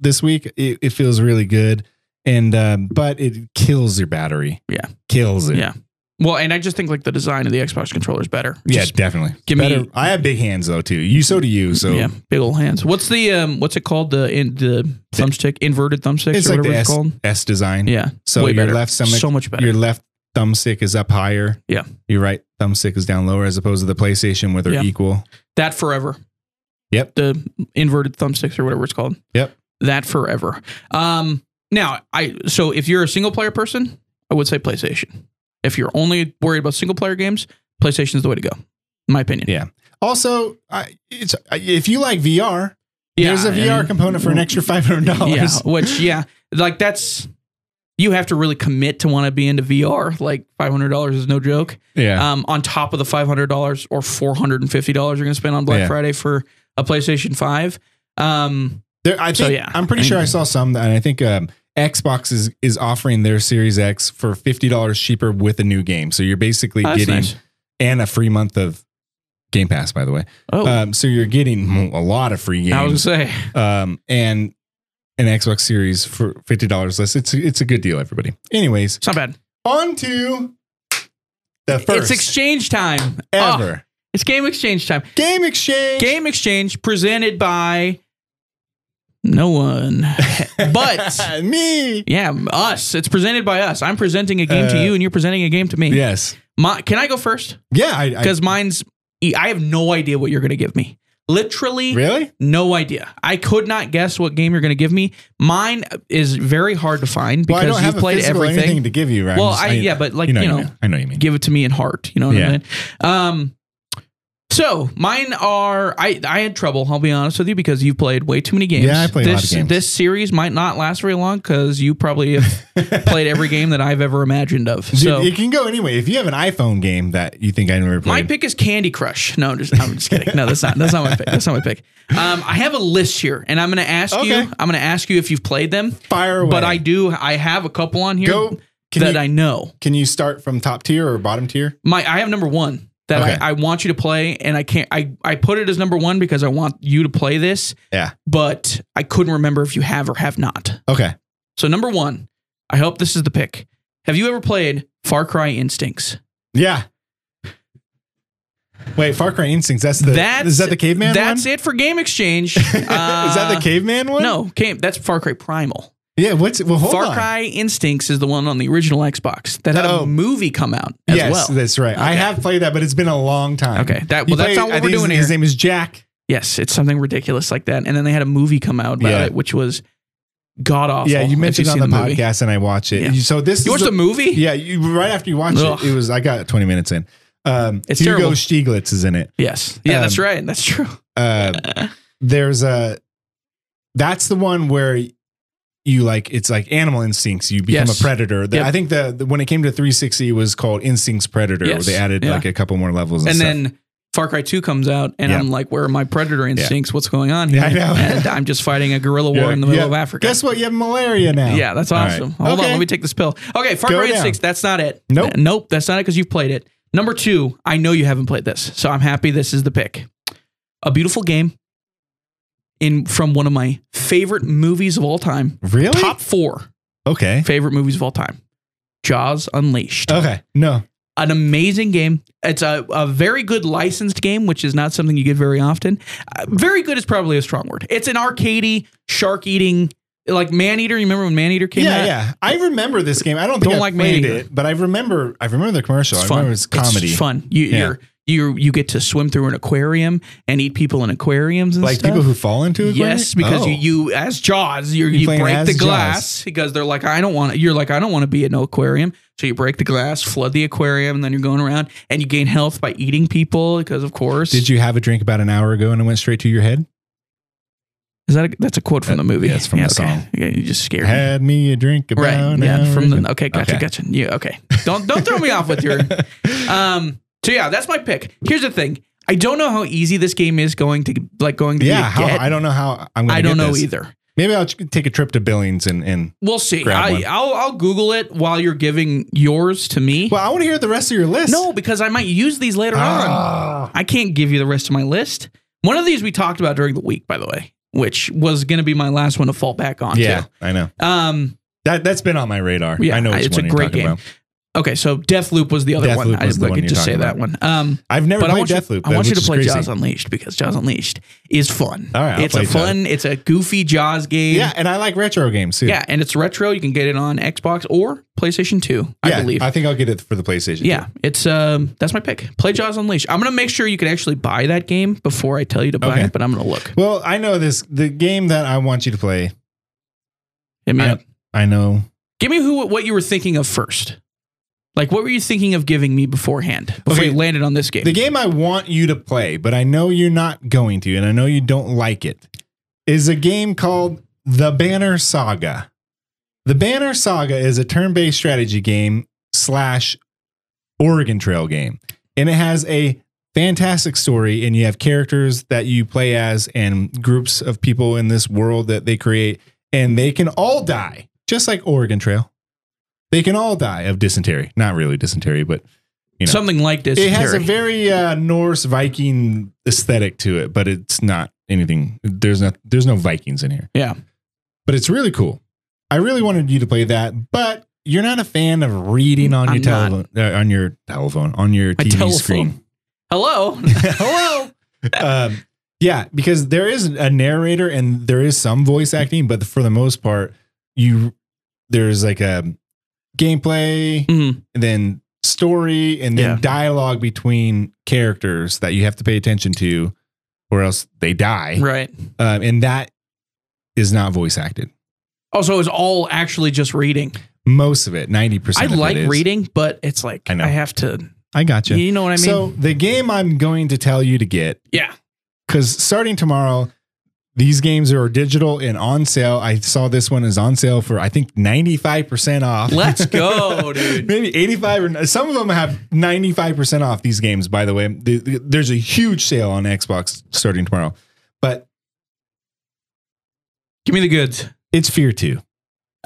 S2: this week, it, it feels really good. And um, but it kills your battery.
S1: Yeah.
S2: kills it.
S1: Yeah. Well, and I just think like the design of the Xbox controller is better.
S2: Yeah,
S1: Just
S2: definitely.
S1: give me-
S2: Better. I have big hands though too. You so do you. So
S1: yeah, big old hands. What's the um what's it called the in the thumbstick inverted thumbsticks
S2: it's
S1: or
S2: like
S1: whatever
S2: the
S1: it's
S2: S,
S1: called?
S2: S design.
S1: Yeah,
S2: So
S1: way
S2: your
S1: better.
S2: left stomach,
S1: so much better.
S2: your left thumbstick is up higher.
S1: Yeah.
S2: Your right thumbstick is down lower as opposed to the PlayStation where they're
S1: Yeah.
S2: equal.
S1: that forever.
S2: Yep.
S1: The inverted thumbsticks or whatever it's called.
S2: Yep.
S1: That forever. Um now I so if you're a single player person, I would say PlayStation. If you're only worried about single player games, PlayStation's the way to go. In my opinion.
S2: Yeah. Also, I, it's if you like VR, there's a
S1: I
S2: VR
S1: mean-
S2: component for an extra five hundred
S1: Yeah,
S2: dollars.
S1: which yeah, like that's you have to really commit to want to be into VR. Like five hundred dollars is no joke.
S2: Yeah.
S1: Um, on top of the five hundred dollars or four hundred and fifty dollars you're going to spend on Black
S2: Yeah.
S1: Friday for a PlayStation Five. Um,
S2: There, I think
S1: so, yeah.
S2: I'm pretty sure I saw some, that- and I think um, Xbox is is offering their Series X for fifty dollars cheaper with a new game. So you're basically
S1: oh, that's
S2: getting
S1: nice.
S2: and a free month of Game Pass, by the way.
S1: Oh,
S2: Um, so you're getting a lot of free
S1: I was
S2: games,
S1: going to say
S2: um, and an Xbox Series for fifty dollars less. It's it's a good deal, everybody. Anyways,
S1: it's not bad.
S2: on to the first
S1: It's exchange time. Oh,
S2: ever
S1: it's game exchange time.
S2: game exchange.
S1: Game exchange presented by no one, but.
S2: me,
S1: Yeah, us. It's presented by us. I'm presenting a game
S2: Uh,
S1: to you, and you're presenting a game to me.
S2: yes,
S1: My, can I go first?
S2: yeah. I, I
S1: Because mine's. e, I have no idea what you're going to give me. Literally,
S2: really
S1: no idea. I could not guess what game you're going to give me. Mine is very hard to find
S2: well, I
S1: because
S2: don't have
S1: you've
S2: a
S1: played
S2: physical or anything
S1: everything.
S2: to give you, right?
S1: Well,
S2: I'm just-
S1: I, yeah, but like
S2: you know,
S1: you
S2: you
S1: know,
S2: mean. I know you mean.
S1: give it to me in heart. You know what
S2: Yeah.
S1: I mean? Um, so mine are I I had trouble. I'll be honest with you because you played way too many games.
S2: Yeah, I played a
S1: this,
S2: lot of games.
S1: This series might not last very long because you probably have played every game that I've ever imagined of.
S2: Dude,
S1: So
S2: it can go anyway. If you have an iPhone game that you think I never
S1: my
S2: played,
S1: pick is Candy Crush. No, I'm just I'm just kidding. No, that's not that's not my pick. That's not my pick. Um, I have a list here, and I'm gonna ask you.
S2: Okay.
S1: I'm gonna ask you if you've played them.
S2: fire away.
S1: But I do. I have a couple on here
S2: go. Can
S1: that
S2: you,
S1: I know.
S2: Can you start from top tier or bottom tier?
S1: my I have number one that
S2: Okay.
S1: I, I want you to play, and I can't. I I put it as number one because I want you to play this,
S2: Yeah.
S1: but I couldn't remember if you have or have not.
S2: Okay.
S1: So number one, I hope this is the pick. Have you ever played Far Cry Instincts?
S2: Yeah. Wait, Far Cry Instincts. That's the.
S1: That's-
S2: is that the caveman
S1: that's
S2: one?
S1: it for Game Exchange. Uh,
S2: is that the caveman one?
S1: No, came, that's Far Cry Primal.
S2: Yeah. What's well? Hold
S1: Far
S2: on.
S1: Cry Instincts is the one on the original Xbox that had
S2: Oh.
S1: a movie come out as
S2: yes,
S1: well.
S2: that's right. I
S1: Okay.
S2: have played that, but it's been a long time.
S1: Okay, that
S2: You
S1: well, that's
S2: played-
S1: not what
S2: I think
S1: we're doing
S2: his, His
S1: here.
S2: name is Jack.
S1: Yes, it's something ridiculous like that. And then they had a movie come out about
S2: Yeah.
S1: it, which was god awful.
S2: Yeah, you mentioned on the,
S1: Movie.
S2: podcast, and I watch it.
S1: Yeah.
S2: You- So this
S1: You
S2: is
S1: watched the movie?
S2: yeah. You right after you watch
S1: Ugh.
S2: it, it was I got 20 minutes in. Um,
S1: It's
S2: Hugo
S1: terrible.
S2: Stieglitz is in it.
S1: Yes. Yeah,
S2: Um,
S1: that's right. That's true.
S2: Uh, there's a that's the one where you like it's like animal instincts you become
S1: Yes.
S2: a predator The-
S1: Yep.
S2: i think the, the- when it came to 360 it was called instincts predator
S1: Yes.
S2: they added
S1: Yeah.
S2: like a couple more levels and,
S1: and
S2: stuff.
S1: then Far Cry 2 comes out, and
S2: Yeah.
S1: I'm like, where are my predator instincts? What's going on here?
S2: Yeah, I know.
S1: and I'm just fighting a guerrilla war
S2: You're
S1: in the
S2: like,
S1: middle
S2: yeah,
S1: of Africa.
S2: guess what you have malaria now
S1: Yeah, that's
S2: All right.
S1: awesome. Hold
S2: Okay.
S1: on, let me take this pill. Okay, Far
S2: Go
S1: Cry
S2: down.
S1: 6, that's not it.
S2: Nope.
S1: Th- Nope, that's not it because you've played it. Number two, I know you haven't played this, so I'm happy this is the pick. A beautiful game in from one of my favorite movies of all time.
S2: really
S1: Top four
S2: okay
S1: favorite movies of all time. Jaws Unleashed.
S2: okay no
S1: An amazing game. It's a, a very good licensed game, which is not something you get very often. Uh, very good is probably a strong word. It's an arcadey shark eating, like man eater. You remember when man eater came
S2: yeah
S1: out?
S2: yeah i remember this game i don't think
S1: Don't
S2: i
S1: like me
S2: played
S1: either.
S2: it but i remember i remember the commercial i remember it's comedy
S1: fun. You,
S2: Yeah.
S1: You're you you get to swim through an aquarium and eat people in aquariums and
S2: like
S1: stuff.
S2: people who fall into it Oh.
S1: yes, because you you as Jaws you you
S2: playing
S1: break
S2: as
S1: the
S2: Jaws.
S1: glass because they're like I don't want to. You're like I don't want to be in no aquarium, so you break the glass, flood the aquarium, and then you're going around and you gain health by eating people because of course.
S2: did you have a drink about an hour ago and it went straight to your head
S1: Is that a, that's a quote from the movie?
S2: Uh, yeah, it's from the
S1: okay.
S2: song.
S1: Yeah, you just scared me.
S2: had me a drink about
S1: Mm-hmm. Right.
S2: an
S1: Yeah.
S2: hour
S1: From
S2: ago.
S1: the okay. Gotcha.
S2: Okay.
S1: Gotcha. Yeah. Okay. Don't don't throw me off with your Um, so yeah, that's my pick. Here's the thing: I don't know how easy this game is going to like going to
S2: yeah,
S1: be.
S2: how,
S1: a get.
S2: I don't know how I'm going to
S1: I don't know either.
S2: Maybe I'll ch- take a trip to Billings and, and
S1: We'll see.
S2: Grab
S1: I,
S2: one.
S1: I'll I'll Google it while you're giving yours to me.
S2: well, I want to hear the rest of your list.
S1: no, because I might use these later on.
S2: Ah.
S1: I can't give you the rest of my list. One of these we talked about during the week, by the way, which was going to be my last one to fall back on.
S2: yeah, I know
S1: Um.
S2: that that's been on my radar.
S1: Yeah,
S2: I know
S1: I-
S2: which
S1: it's
S2: one
S1: a
S2: you're
S1: great
S2: talking
S1: game.
S2: about.
S1: Okay. So Deathloop was the other one.
S2: Deathloop
S1: I,
S2: was the
S1: I
S2: one
S1: could
S2: you're
S1: just say
S2: talking
S1: that one. Um.
S2: I've never
S1: But I
S2: played
S1: want you,
S2: Deathloop.
S1: I want
S2: which
S1: you to
S2: is
S1: play
S2: crazy.
S1: Jaws Unleashed because Jaws Unleashed is fun.
S2: All right, I'll
S1: it's a
S2: play Jaws.
S1: fun, it's a goofy Jaws game.
S2: Yeah, and I like retro games too.
S1: Yeah, and it's retro. You can get it on Xbox or PlayStation 2, I
S2: Yeah,
S1: believe.
S2: I think I'll get it for the PlayStation.
S1: yeah, it's um that's my pick. Play Jaws Unleashed. I'm gonna make sure you can actually buy that game before I tell you to buy
S2: Okay.
S1: it, but I'm gonna look.
S2: Well, I know this. The game that I want you to play.
S1: Hit me
S2: I-
S1: up.
S2: I know.
S1: Give me who what you were thinking of first. Like what were you thinking of giving me beforehand before
S2: Okay.
S1: you landed on this game?
S2: The game I want you to play, but I know you're not going to, and I know you don't like it, is a game called The Banner Saga. The Banner Saga is a turn based strategy game slash Oregon Trail game. And it has a fantastic story, and you have characters that you play as and groups of people in this world that they create, and they can all die, just like Oregon Trail. They can all die of dysentery. Not really dysentery, but you know.
S1: Something like this.
S2: it has a
S1: Terry.
S2: very uh, Norse Viking aesthetic to it, but it's not anything. There's not. There's no Vikings in here.
S1: Yeah.
S2: but it's really cool. I really wanted you to play that, but you're not a fan of reading on your
S1: I'm
S2: telephone, uh, on your telephone, on your
S1: My
S2: TV
S1: telephone.
S2: screen.
S1: Hello.
S2: Hello. um, yeah, because there is a narrator and there is some voice acting, but for the most part, you there's like a gameplay
S1: Mhm.
S2: and then story and then
S1: Yeah.
S2: dialogue between characters that you have to pay attention to or else they die
S1: Right.
S2: um, and that is not voice acted
S1: Also it was all actually just reading.
S2: most of it 90%
S1: I
S2: of it
S1: like
S2: is.
S1: reading, but it's like
S2: I
S1: I,
S2: know.
S1: have to
S2: i gotcha
S1: you know what I mean?
S2: so the game i'm going to tell you to get
S1: yeah.
S2: because starting tomorrow these games are digital and on sale i saw this one is on sale for i think 95% off
S1: Let's go, dude.
S2: maybe 85 or some of them have 95% off these games by the way The- the- there's a huge sale on xbox starting tomorrow but
S1: Give me the goods.
S2: it's fear 2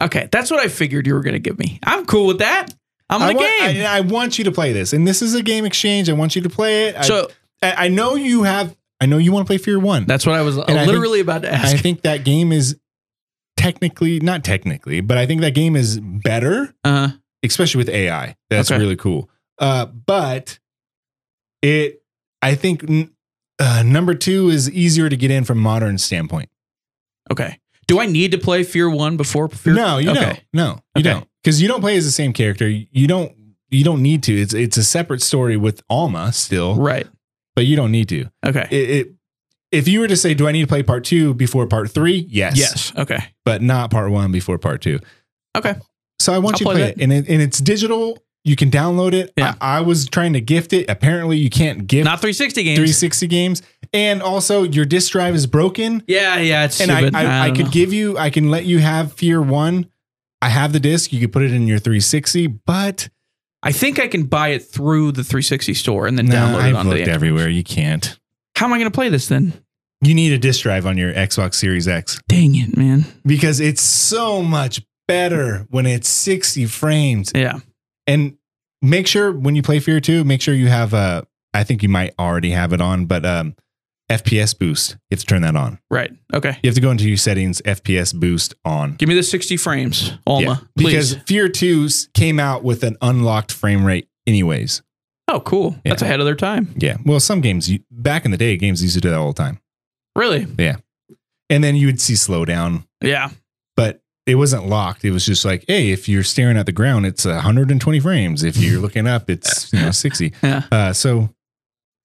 S1: Okay, that's what I figured you were going to give me. I'm cool with that. I'm in
S2: I
S1: the
S2: want,
S1: game.
S2: I, I want you to play this and this is a game exchange i want you to play it I,
S1: so
S2: I, I know you have i know you want to play fear 1
S1: that's what I was
S2: I think-
S1: literally about to
S2: i
S1: ask.
S2: think that game is technically not technically but i think that game is better
S1: uh,
S2: especially with AI. That's
S1: Okay.
S2: really cool. Uh, but it, I think n- uh, number two is easier to get in from modern standpoint.
S1: okay. Do I need to play Fear One before Fear?
S2: no, you
S1: okay.
S2: don't. No, you
S1: Okay.
S2: don't. Because you don't play as the same character. You don't. You don't need to. It's it's a separate story with Alma still,
S1: Right.
S2: but you don't need to.
S1: Okay.
S2: It, it if you were to say, do I need to play part two before part three? Yes.
S1: Yes. Okay.
S2: But not part one before part two.
S1: Okay.
S2: So I want
S1: I'll
S2: you to
S1: play
S2: play
S1: that.
S2: it. And, it, and it's digital. You can download it.
S1: Yeah.
S2: I, I was trying to gift it. Apparently, you can't gift
S1: Not 360 games.
S2: 360 games. And also, your disk drive is broken.
S1: Yeah, yeah, it's
S2: And I,
S1: stupid.
S2: I, I,
S1: don't
S2: could
S1: know.
S2: give you, I can let you have Fear One. I have the disc. You could put it in your 360, but
S1: I think I can buy it through the 360 store and then
S2: nah,
S1: download it
S2: I've
S1: onto
S2: looked
S1: the.
S2: everywhere. You can't.
S1: How am I going to play this then?
S2: You need a disk drive on your Xbox Series X.
S1: Dang it, man.
S2: because it's so much better when it's 60 frames.
S1: Yeah.
S2: And make sure when you play Fear 2, make sure you have uh I think you might already have it on, but um FPS boost. You have to turn that on.
S1: Right. Okay.
S2: You have to go into your settings, FPS boost on.
S1: Give me the 60 frames, Alma.
S2: Yeah,
S1: please.
S2: because Fear 2 's came out with an unlocked frame rate anyways.
S1: oh, cool.
S2: Yeah.
S1: That's ahead of their time.
S2: Yeah. Well, some games you- back in the day, games used to do that all the time.
S1: Really?
S2: And then you would see slowdown,
S1: Yeah.
S2: but it wasn't locked. It was just like, hey, if you're staring at the ground, it's 120 frames. If you're looking up, it's you know 60.
S1: Yeah.
S2: Uh, so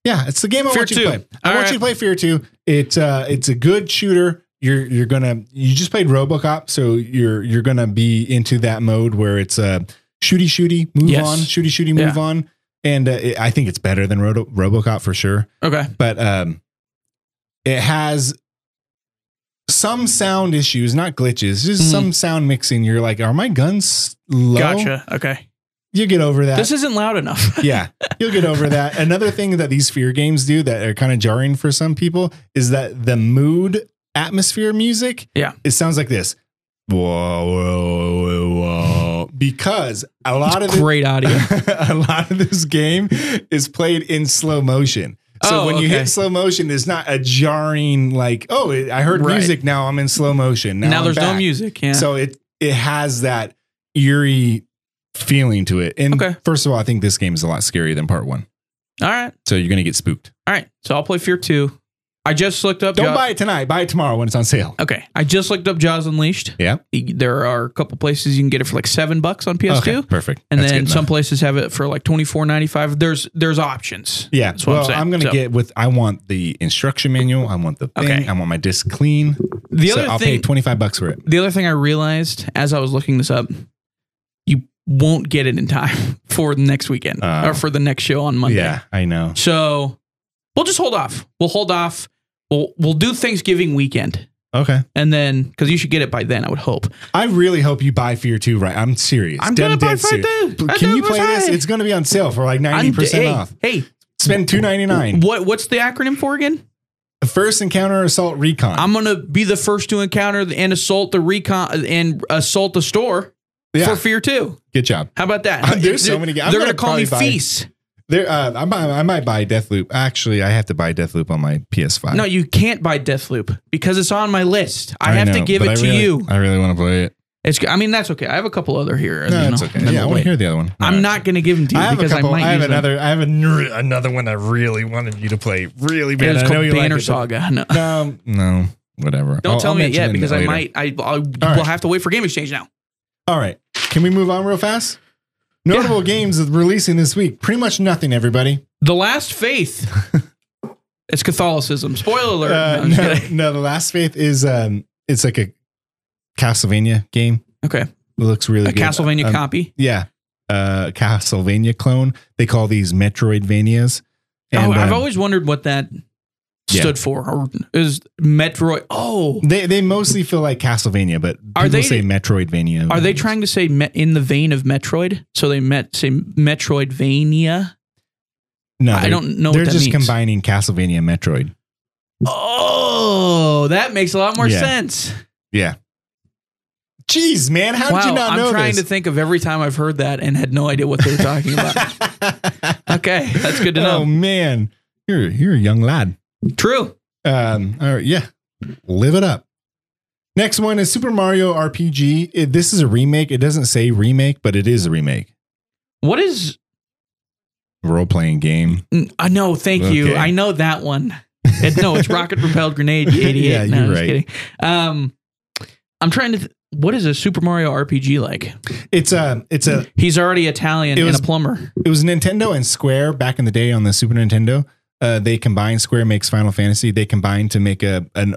S2: yeah, it's the game I
S1: Fear
S2: want you
S1: two.
S2: to play. I
S1: All
S2: want
S1: right.
S2: you to play Fear Two. It's uh, it's a good shooter. You're you're gonna you just played RoboCop, so you're you're gonna be into that mode where it's uh, shooty shooty move
S1: Yes.
S2: on, shooty shooty move
S1: Yeah.
S2: on, and uh, it, I think it's better than Roto- RoboCop for sure
S1: Okay.
S2: but um it has some sound issues not glitches just
S1: Mhm.
S2: some sound mixing you're like are my guns low
S1: Gotcha. Okay.
S2: you get over that
S1: This isn't loud enough.
S2: yeah you'll get over that another thing that these fear games do that are kind of jarring for some people is that the mood atmosphere music
S1: Yeah.
S2: it sounds like this whoa, whoa, whoa, whoa. because a lot of the,
S1: Great audio.
S2: a lot of this game is played in slow motion. So
S1: Oh,
S2: when you
S1: okay.
S2: hit slow motion, it's not a jarring like, oh, it- I heard
S1: Right.
S2: music. Now I'm in slow motion. Now,
S1: now
S2: I'm
S1: there's no
S2: back."
S1: music. Yeah.
S2: So it it has that eerie feeling to it. And
S1: Okay.
S2: first of all, I think this game is a lot scarier than part one.
S1: All right.
S2: So you're gonna get spooked.
S1: All right. So I'll play Fear 2. I just looked up.
S2: Don't
S1: Ja-
S2: buy it tonight. Buy it tomorrow when it's on sale.
S1: Okay. I just looked up Jaws Unleashed.
S2: Yeah.
S1: There are a couple places you can get it for like seven bucks on PS2.
S2: Okay, perfect.
S1: And
S2: That's
S1: then
S2: good
S1: some
S2: enough.
S1: places have it for like twenty four ninety five. There's there's options.
S2: Yeah.
S1: That's what I'm
S2: Well,
S1: saying.
S2: I'm, gonna
S1: So-
S2: get with. I want the instruction manual. I want the thing.
S1: Okay.
S2: I want my disc clean.
S1: The
S2: So
S1: other
S2: I'll pay
S1: thing,
S2: 25 bucks for it.
S1: the other thing I realized as I was looking this up, you won't get it in time for the next weekend
S2: Oh.
S1: or for the next show on Monday.
S2: Yeah, I know.
S1: So we'll just hold off. We'll hold off. We'll we'll do Thanksgiving weekend,
S2: Okay.
S1: and then because you should get it by then, I would hope.
S2: I really hope you buy Fear 2 right. I'm serious.
S1: I'm
S2: Dead-
S1: gonna buy
S2: dead
S1: Fear
S2: serious.
S1: 2.
S2: But
S1: I
S2: Can
S1: do
S2: you play
S1: buy.
S2: this? It's going to be on sale for like 90%
S1: hey,
S2: off.
S1: Hey,
S2: Spend 2.99.
S1: what what's the acronym for again?
S2: First encounter assault recon.
S1: I'm gonna be the first to encounter and assault the recon and assault the store
S2: Yeah.
S1: for fear too.
S2: Good job.
S1: How about that?
S2: Uh, there's so many- I'm
S1: They're gonna,
S2: gonna
S1: call me
S2: probably buy-
S1: Feast.
S2: There uh, I might I might buy Deathloop. Actually, I have to buy Deathloop on my PS5.
S1: No, you can't buy Deathloop because it's on my list. I, have to
S2: know,
S1: give it
S2: but I
S1: to
S2: really-
S1: you.
S2: I really want to play it.
S1: It's. I mean, that's okay. I have a couple other here.
S2: No,
S1: you
S2: it's
S1: know,
S2: okay.
S1: and then
S2: Yeah, I
S1: we'll
S2: want to
S1: wait.
S2: hear the other one.
S1: I'm not gonna give them to you
S2: I have a
S1: because
S2: couple.
S1: I might.
S2: I, have
S1: use them.
S2: another. I have an, another one I really wanted you to play. Really
S1: And
S2: bad.
S1: It's
S2: I know
S1: called
S2: you
S1: Banner
S2: like it,
S1: Saga.
S2: but-
S1: No.
S2: No, no, whatever.
S1: Don't
S2: I'll-
S1: tell
S2: I'll
S1: me it
S2: mention
S1: yet because I
S2: later.
S1: might. I I'll,
S2: right.
S1: will have to wait for Game Exchange now.
S2: All right. Can we move on real fast? Notable games releasing this week. Pretty much nothing, everybody.
S1: The Last Faith. it's Catholicism. Spoiler alert. No,
S2: Uh,
S1: I'm just
S2: no,
S1: kidding.
S2: no, the last faith is um it's like a Castlevania game.
S1: Okay,
S2: It looks really
S1: a
S2: good.
S1: Castlevania
S2: Um,
S1: copy.
S2: Yeah. Uh Castlevania clone. They call these Metroidvanias.
S1: oh, I've
S2: um,
S1: always wondered what that
S2: Yeah.
S1: stood for. Or is Metroid? Oh,
S2: they they mostly feel like Castlevania, but
S1: Are
S2: people
S1: they-
S2: say Metroidvania.
S1: are they trying to say met in the vein of Metroid? So they met say Metroidvania.
S2: No,
S1: I
S2: they're-
S1: don't know.
S2: They're
S1: what that
S2: just
S1: means.
S2: combining Castlevania and Metroid.
S1: Oh, that makes a lot more
S2: Yeah.
S1: sense.
S2: Jeez, man, how
S1: wow,
S2: did you not
S1: I'm
S2: know
S1: trying
S2: this?
S1: to think of every time I've heard that and had no idea what they were talking about. okay, that's good to
S2: Oh
S1: know.
S2: man, you're you're a young lad.
S1: True.
S2: Um, all right, yeah, live it up. Next one is Super Mario RPG. It- this is a remake. It doesn't say remake, but it is a remake.
S1: What is?
S2: Role playing game.
S1: n- I know. Thank you.
S2: Okay.
S1: I know that one. It- no, it's rocket propelled grenade. You idiot.
S2: Yeah,
S1: No,
S2: you're
S1: I'm just
S2: right.
S1: kidding. Um, I'm trying to. Th- what is a Super Mario RPG like?
S2: It's a. It's a.
S1: He's already Italian
S2: Uh, It
S1: and
S2: was-
S1: a plumber.
S2: It was Nintendo and Square back in the day on the Super Nintendo. uh, they combine Square makes Final Fantasy. They combine to make a an,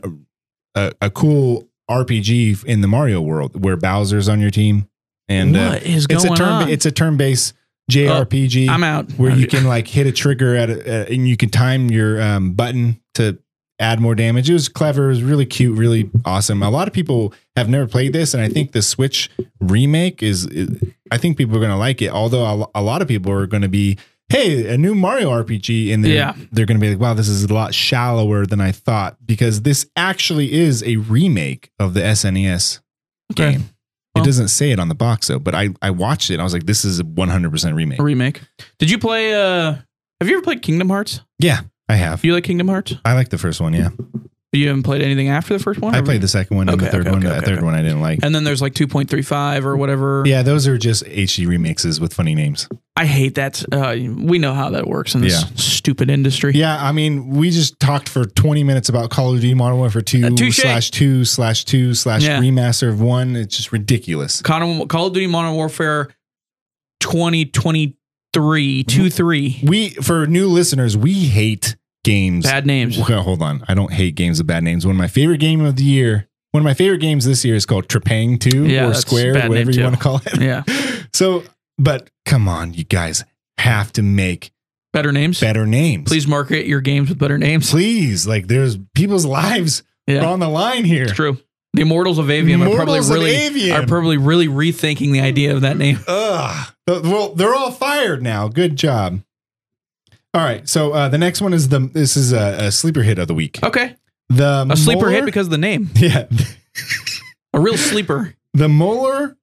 S2: a, a cool RPG in the Mario world where Bowser's on your team, and uh,
S1: what is
S2: it's
S1: going
S2: a turn
S1: on? Uh,
S2: it's a turn based JRPG
S1: I'm out.
S2: where
S1: I'm
S2: you
S1: out.
S2: can like hit a trigger at a, uh, and you can time your um, button to add more damage. It was clever. It was really cute, really awesome. A lot of people have never played this, and I think the Switch remake is. is I think people are going to like it. Although a, lo- a lot of people are going to be, hey, a new Mario RPG, and they're,
S1: Yeah.
S2: they're going to be like, wow, this is a lot shallower than I thought because this actually is a remake of the SNES
S1: Okay.
S2: game.
S1: Well.
S2: it doesn't say it on the box though, but I, I watched it and I was like, this is a 100% remake.
S1: A remake. Did you play? uh Have you ever played Kingdom Hearts?
S2: Yeah, I have.
S1: Do you like Kingdom Hearts?
S2: I like the first one, yeah.
S1: You haven't played anything after the first one.
S2: I
S1: Or-
S2: played the second one and the
S1: Okay,
S2: third
S1: okay,
S2: one.
S1: okay,
S2: the
S1: okay,
S2: third
S1: okay.
S2: one I didn't like.
S1: And then there's like 2.35 or whatever.
S2: yeah, those are just HD remixes with funny names.
S1: I hate that. Uh, we know how that works in this
S2: Yeah.
S1: stupid industry.
S2: Yeah, I mean, we just talked for 20 minutes about Call of Duty Modern Warfare 2
S1: Uh, touche.
S2: slash 2 slash 2 slash
S1: Yeah.
S2: remaster of 1. It's just ridiculous.
S1: Call, Call of Duty Modern Warfare 2023 2 3.
S2: We, for new listeners, we hate games.
S1: Bad names.
S2: Okay, hold on. I don't hate games with bad names. One of my favorite game of the year, one of my favorite games this year is called Trepang 2
S1: Yeah,
S2: or
S1: that's a
S2: Square,
S1: bad
S2: whatever
S1: name
S2: you
S1: too.
S2: want to call it.
S1: Yeah.
S2: So, but come on, you guys have to make
S1: Better names.
S2: better names.
S1: Please market your games with better names.
S2: please. Like there's people's lives
S1: Yeah.
S2: are on the line here.
S1: It's true. The Immortals of Avium are probably
S2: Mortals
S1: really
S2: and Avian.
S1: are probably really rethinking the idea of that name.
S2: Ugh. Th- Well, they're all fired now. Good job. All right. So uh, the next one is the this is a, a sleeper hit of the week.
S1: Okay.
S2: The
S1: Oh, A sleeper
S2: molar-
S1: hit because of the name.
S2: yeah,
S1: A real sleeper.
S2: the molar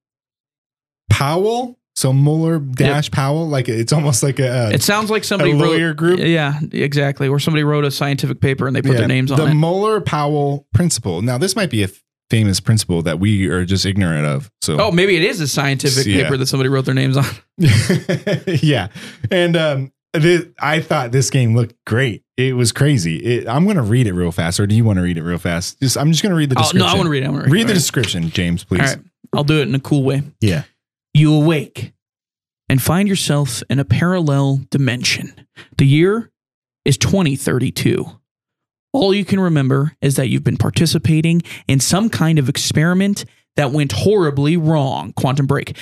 S2: Powell. So Mueller dash Powell, like it's almost like a,
S1: It sounds like
S2: a
S1: somebody wrote
S2: lawyer group.
S1: Yeah, exactly. Or somebody wrote a scientific paper and they put
S2: Yeah,
S1: their names
S2: the
S1: on it.
S2: Mueller Powell principle. Now this might be a f- famous principle that we are just ignorant of. So
S1: Oh, maybe it is a scientific
S2: Yeah.
S1: paper that somebody wrote their names on. Oh,
S2: yeah. And um thi- I thought this game looked great. It was crazy. It, I'm going to read it real fast or do you want to read it real fast? Just I'm just going to read the
S1: Oh,
S2: description.
S1: no, I want to read it. I wanna
S2: read the
S1: it.
S2: description, James, please.
S1: All right. I'll do it in a cool way.
S2: Yeah.
S1: You awake and find yourself in a parallel dimension. The year is 2032. All you can remember is that you've been participating in some kind of experiment that went horribly wrong. Quantum break.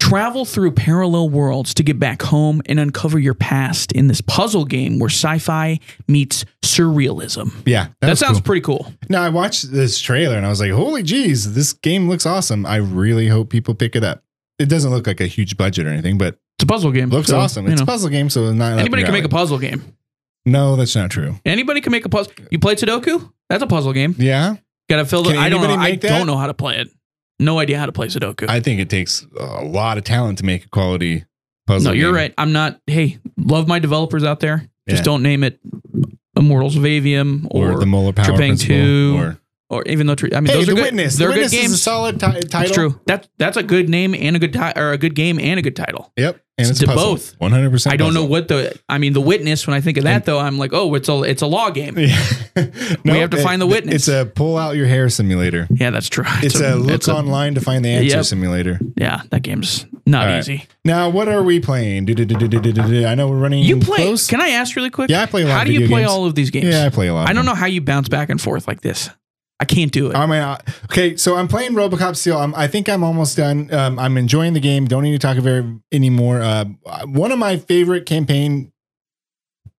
S1: Travel through parallel worlds to get back home and uncover your past in this puzzle game where sci fi meets surrealism.
S2: Yeah.
S1: That,
S2: was
S1: sounds
S2: cool.
S1: pretty cool.
S2: Now I watched this trailer and I was like, "Holy jeez, this game looks awesome. I really hope people pick it up." It doesn't look like a huge budget or anything, but
S1: It's a puzzle game.
S2: it looks
S1: so,
S2: awesome.
S1: you
S2: It's
S1: know.
S2: a puzzle game, so it's not up
S1: Anybody
S2: your
S1: can make a
S2: alley.
S1: puzzle game.
S2: No, that's not true.
S1: Anybody can make a puzzle. You play Sudoku? That's a puzzle game.
S2: Yeah.
S1: Got to fill the.
S2: Can
S1: I don't know.
S2: anybody
S1: I
S2: make
S1: don't
S2: that?
S1: know how to play it. No idea how to play Sudoku.
S2: I think it takes a lot of talent to make a quality puzzle.
S1: no, you're
S2: game.
S1: right. I'm not. Hey, love my developers out there. Just
S2: Yeah.
S1: don't name it Immortals of Avium or
S2: Or,
S1: or,
S2: the Molar Power
S1: Trepang
S2: Principle,
S1: 2,
S2: or
S1: even though. tre- I mean,
S2: hey,
S1: those
S2: the
S1: are good.
S2: witness.
S1: They're
S2: the witness
S1: good
S2: is a
S1: games.
S2: solid ti- title.
S1: That's true. That's that's a good name and a good ti- or a good game and a good title.
S2: Yep, and
S1: It's
S2: it's,
S1: to both.
S2: both. One hundred percent.
S1: I don't know what the. I mean, the witness. When I think of that, though, I'm like, oh, it's a it's a law game. Yeah,
S2: no,
S1: have to find the witness.
S2: It's a pull out your hair simulator.
S1: that's true.
S2: It's, a, look
S1: it's
S2: online to find the answer
S1: Yep.
S2: simulator.
S1: Yeah, that game's not
S2: All right.
S1: easy.
S2: Now, what are we playing? Do, do, do, do, do, do, do, do. I know we're running.
S1: You play?
S2: Close.
S1: Can I ask really quick?
S2: Yeah, I play a lot
S1: How
S2: of
S1: do you
S2: video
S1: play
S2: games.
S1: all of these games?
S2: yeah, I play a lot.
S1: I
S2: of
S1: don't
S2: them.
S1: know how you bounce back and forth like this. I can't do it.
S2: I mean, I- okay, so I'm playing RoboCop Steel. I'm, I think I'm almost done. Um, I'm enjoying the game. Don't need to talk very anymore. Uh, one of my favorite campaign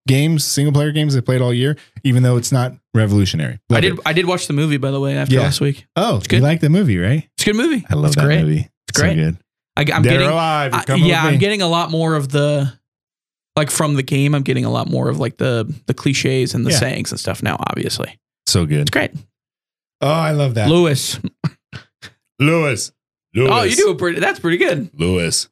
S2: games, single player games I played all year, even though it's not revolutionary. Love
S1: I did.
S2: it.
S1: I did watch the movie by the way after
S2: Yeah.
S1: last week.
S2: Oh,
S1: good.
S2: you like the movie, right?
S1: It's a good movie.
S2: I love
S1: it's
S2: that
S1: great.
S2: movie. It's
S1: great.
S2: So good.
S1: I, am
S2: They're
S1: getting.
S2: alive.
S1: I-
S2: You're coming
S1: yeah,
S2: with
S1: I'm
S2: me.
S1: getting a lot more of the, like from the game. I'm getting a lot more of like the the cliches and the
S2: Yeah.
S1: sayings and stuff now. Obviously,
S2: so good.
S1: it's great.
S2: Oh, I love that.
S1: Lewis.
S2: Lewis. Lewis.
S1: Oh, you do a pretty. That's pretty good.
S2: Lewis.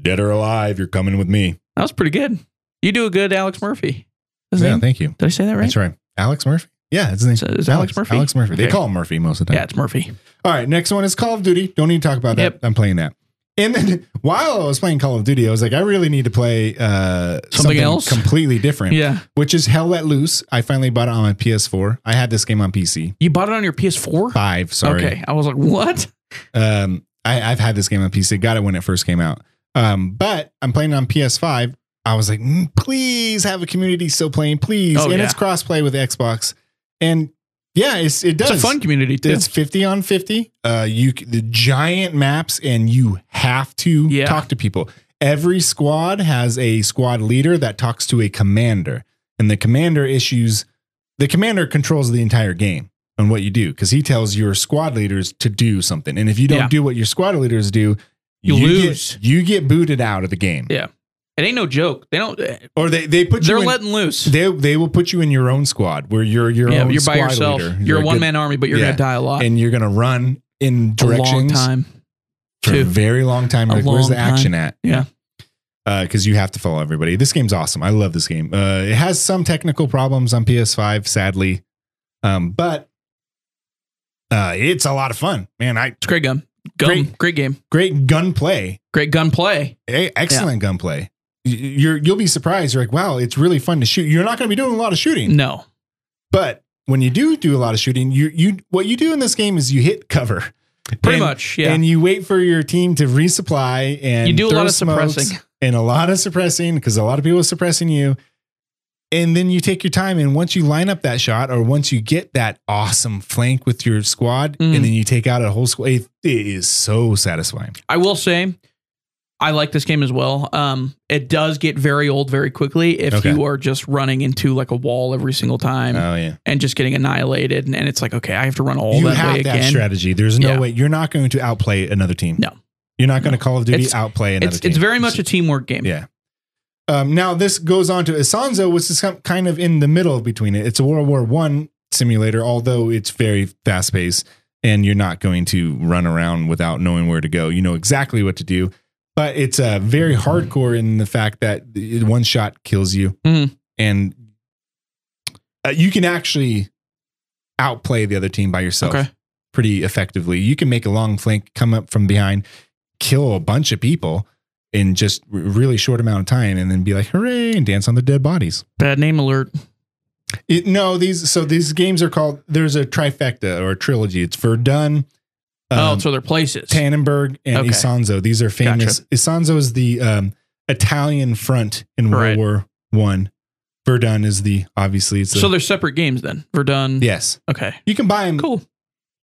S2: Dead or alive, you're coming with me.
S1: That was pretty good. You do a good Alex Murphy. Is
S2: Yeah,
S1: that
S2: thank you.
S1: did I say that right?
S2: That's right. Alex Murphy. Yeah, it's his name.
S1: Is it- is it Alex Murphy?
S2: Alex Murphy. They
S1: Okay.
S2: call him Murphy most of the time.
S1: Yeah, it's Murphy.
S2: All right, next one is Call of Duty. Don't need to talk about that.
S1: Yep.
S2: I'm playing that. And then while I was playing Call of Duty, I was like, I really need to play uh, something,
S1: else?
S2: completely different.
S1: Yeah,
S2: Which is Hell Let Loose. I finally bought it on my PS4. I had this game on PC.
S1: you bought it on your PS4.
S2: Five, sorry.
S1: Okay, I was like, what?
S2: Um, I, I've had this game on PC. Got it when it first came out. Um, but I'm playing it on PS5. I was like, "Mm, please have a community still playing, please.
S1: Oh,
S2: and
S1: yeah.
S2: it's crossplay with Xbox. And yeah, it's, it does.
S1: It's a fun community too.
S2: It's 50 on 50. Uh, you c- the giant maps and you have to
S1: Yeah.
S2: talk to people. Every squad has a squad leader that talks to a commander and the commander issues the commander controls the entire game and what you do because he tells your squad leaders to do something. And if you don't
S1: Yeah.
S2: do what your squad leaders do,
S1: You
S2: get-
S1: lose.
S2: you get booted out of the game.
S1: Yeah. it ain't no joke. They don't. They're
S2: Or they, they put you in,
S1: letting loose.
S2: they they will put you in your own squad where you're your
S1: yeah,
S2: own
S1: you're
S2: squad
S1: by yourself.
S2: leader.
S1: You're,
S2: a
S1: a
S2: good-
S1: one man army, but you're
S2: Yeah.
S1: gonna die a lot.
S2: and you're gonna run in
S1: a long
S2: directions
S1: time.
S2: for
S1: too.
S2: a very long time.
S1: A
S2: Like, where's
S1: long
S2: the action at?
S1: Yeah.
S2: Because you have to follow everybody. This game's awesome. I love this game. Uh, it has some technical problems on PS5, sadly, um, but uh, it's a lot of fun, man. I
S1: It's a great gun. Gun. Great,
S2: Great.
S1: game.
S2: great gunplay,
S1: Great gun play.
S2: hey, excellent gunplay. Y- You're you'll be surprised. You're like, wow, it's really fun to shoot. You're not going to be doing a lot of shooting,
S1: No.
S2: but when you do do a lot of shooting, you you what you do in this game is you hit cover,
S1: Pretty
S2: And-
S1: much. Yeah.
S2: and you wait for your team to resupply and
S1: You do a
S2: throw
S1: lot of
S2: smokes
S1: suppressing.
S2: and a lot of suppressing because a lot of people are suppressing you and then you take your time and once you line up that shot or once you get that awesome flank with your squad
S1: Mm.
S2: and then you take out a whole squad it it is so satisfying
S1: I will say, I like this game as well. Um, it does get very old very quickly if
S2: Okay. Uh.
S1: you are just running into like a wall every single time
S2: yeah
S1: and just getting annihilated. And, and it's like, okay, I have to run all
S2: you
S1: that way
S2: have that
S1: again.
S2: strategy there's no
S1: Yeah.
S2: way you're not going to outplay another team
S1: No.
S2: you're not going to call of duty
S1: It's-
S2: outplay another
S1: It's
S2: team
S1: it's very much a teamwork game.
S2: Yeah. Um, now this goes on to Isanzo, which is com- kind of in the middle between it. It's a World War One simulator, although it's very fast paced, and you're not going to run around without knowing where to go. You know exactly what to do, but it's uh, very hardcore in the fact that it- one shot kills you,
S1: Mhm.
S2: and uh, you can actually outplay the other team by yourself
S1: Okay.
S2: pretty effectively. You can make a long flank, come up from behind, kill a bunch of people in just a really short amount of time, and then be like, "Hooray!" and dance on the dead bodies.
S1: Bad name alert.
S2: It, no, these so these games are called. There's a trifecta or a trilogy. It's Verdun,
S1: oh,
S2: um,
S1: it's other places.
S2: Tannenberg, and
S1: Okay.
S2: Isanzo. These are famous. Isanzo is the um, Italian front in World
S1: Right.
S2: War One. Verdun is the obviously it's the,
S1: so they're separate games then. Verdun.
S2: yes.
S1: Okay.
S2: You can buy them
S1: Cool.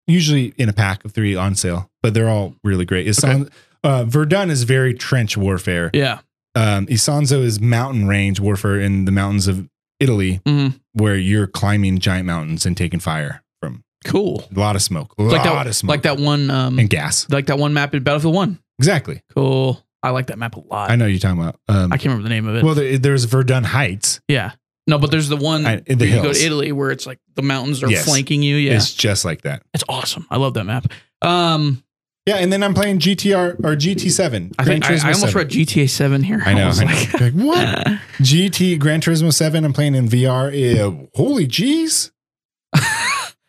S2: usually in a pack of three on sale, but they're all really great. Isan, uh, Verdun is very trench warfare.
S1: Yeah.
S2: Um, Isanzo is mountain range warfare in the mountains of Italy,
S1: hmm
S2: where you're climbing giant mountains and taking fire from
S1: Cool.
S2: a lot of smoke, a
S1: Like
S2: lot
S1: that.
S2: of smoke,
S1: Like that one. Um.
S2: and gas.
S1: like that one map in Battlefield One.
S2: Exactly.
S1: Cool. I like that map a lot.
S2: I
S1: I,
S2: know you're talking about. Um,
S1: can't remember the name of it.
S2: well, there, there's Verdun Heights.
S1: yeah. No, but there's the one
S2: I, in the
S1: where Mm. you go
S2: hills.
S1: to Italy where it's like the mountains are
S2: Yes.
S1: flanking you. Yeah.
S2: It's just like that.
S1: It's awesome. I love that map. Um,
S2: Yeah, and then I'm playing GTR or GT7.
S1: I
S2: Gran
S1: think I,
S2: Turismo
S1: I almost
S2: 7.
S1: read GTA Seven here.
S2: I know.
S1: was
S2: I know.
S1: like,
S2: Like, what? GT Gran Turismo 7 I'm playing in VR. Eh, holy jeez.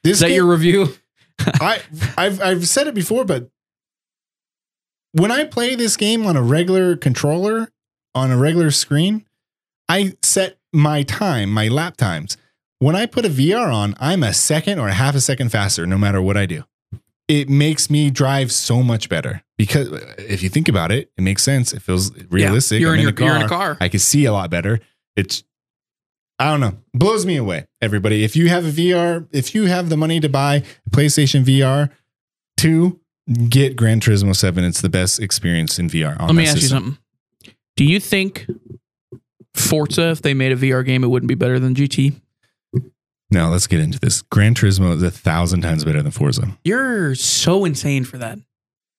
S2: This
S1: Is that
S2: game-
S1: your review?
S2: I I've I've said it before but when I play this game on a regular controller on a regular screen, I set my time, my lap times. When I put a VR on, I'm a second or a half a second faster no matter what I do. It makes me drive so much better because if you think about it, it makes sense. It feels realistic.
S1: You're
S2: I'm
S1: in, your,
S2: the car.
S1: you're in a car.
S2: I can see a lot better. It's I don't know. Blows me away, everybody. If you have a VR, if you have the money to buy a PlayStation VR 2, get Gran Turismo 7. It's the best experience in VR. On
S1: Let me
S2: that
S1: ask you
S2: system.
S1: something. Do you think Forza, if they made a VR game, it wouldn't be better than GT?
S2: No, let's get into this. Gran Turismo is a thousand times better than Forza.
S1: You're so insane for that.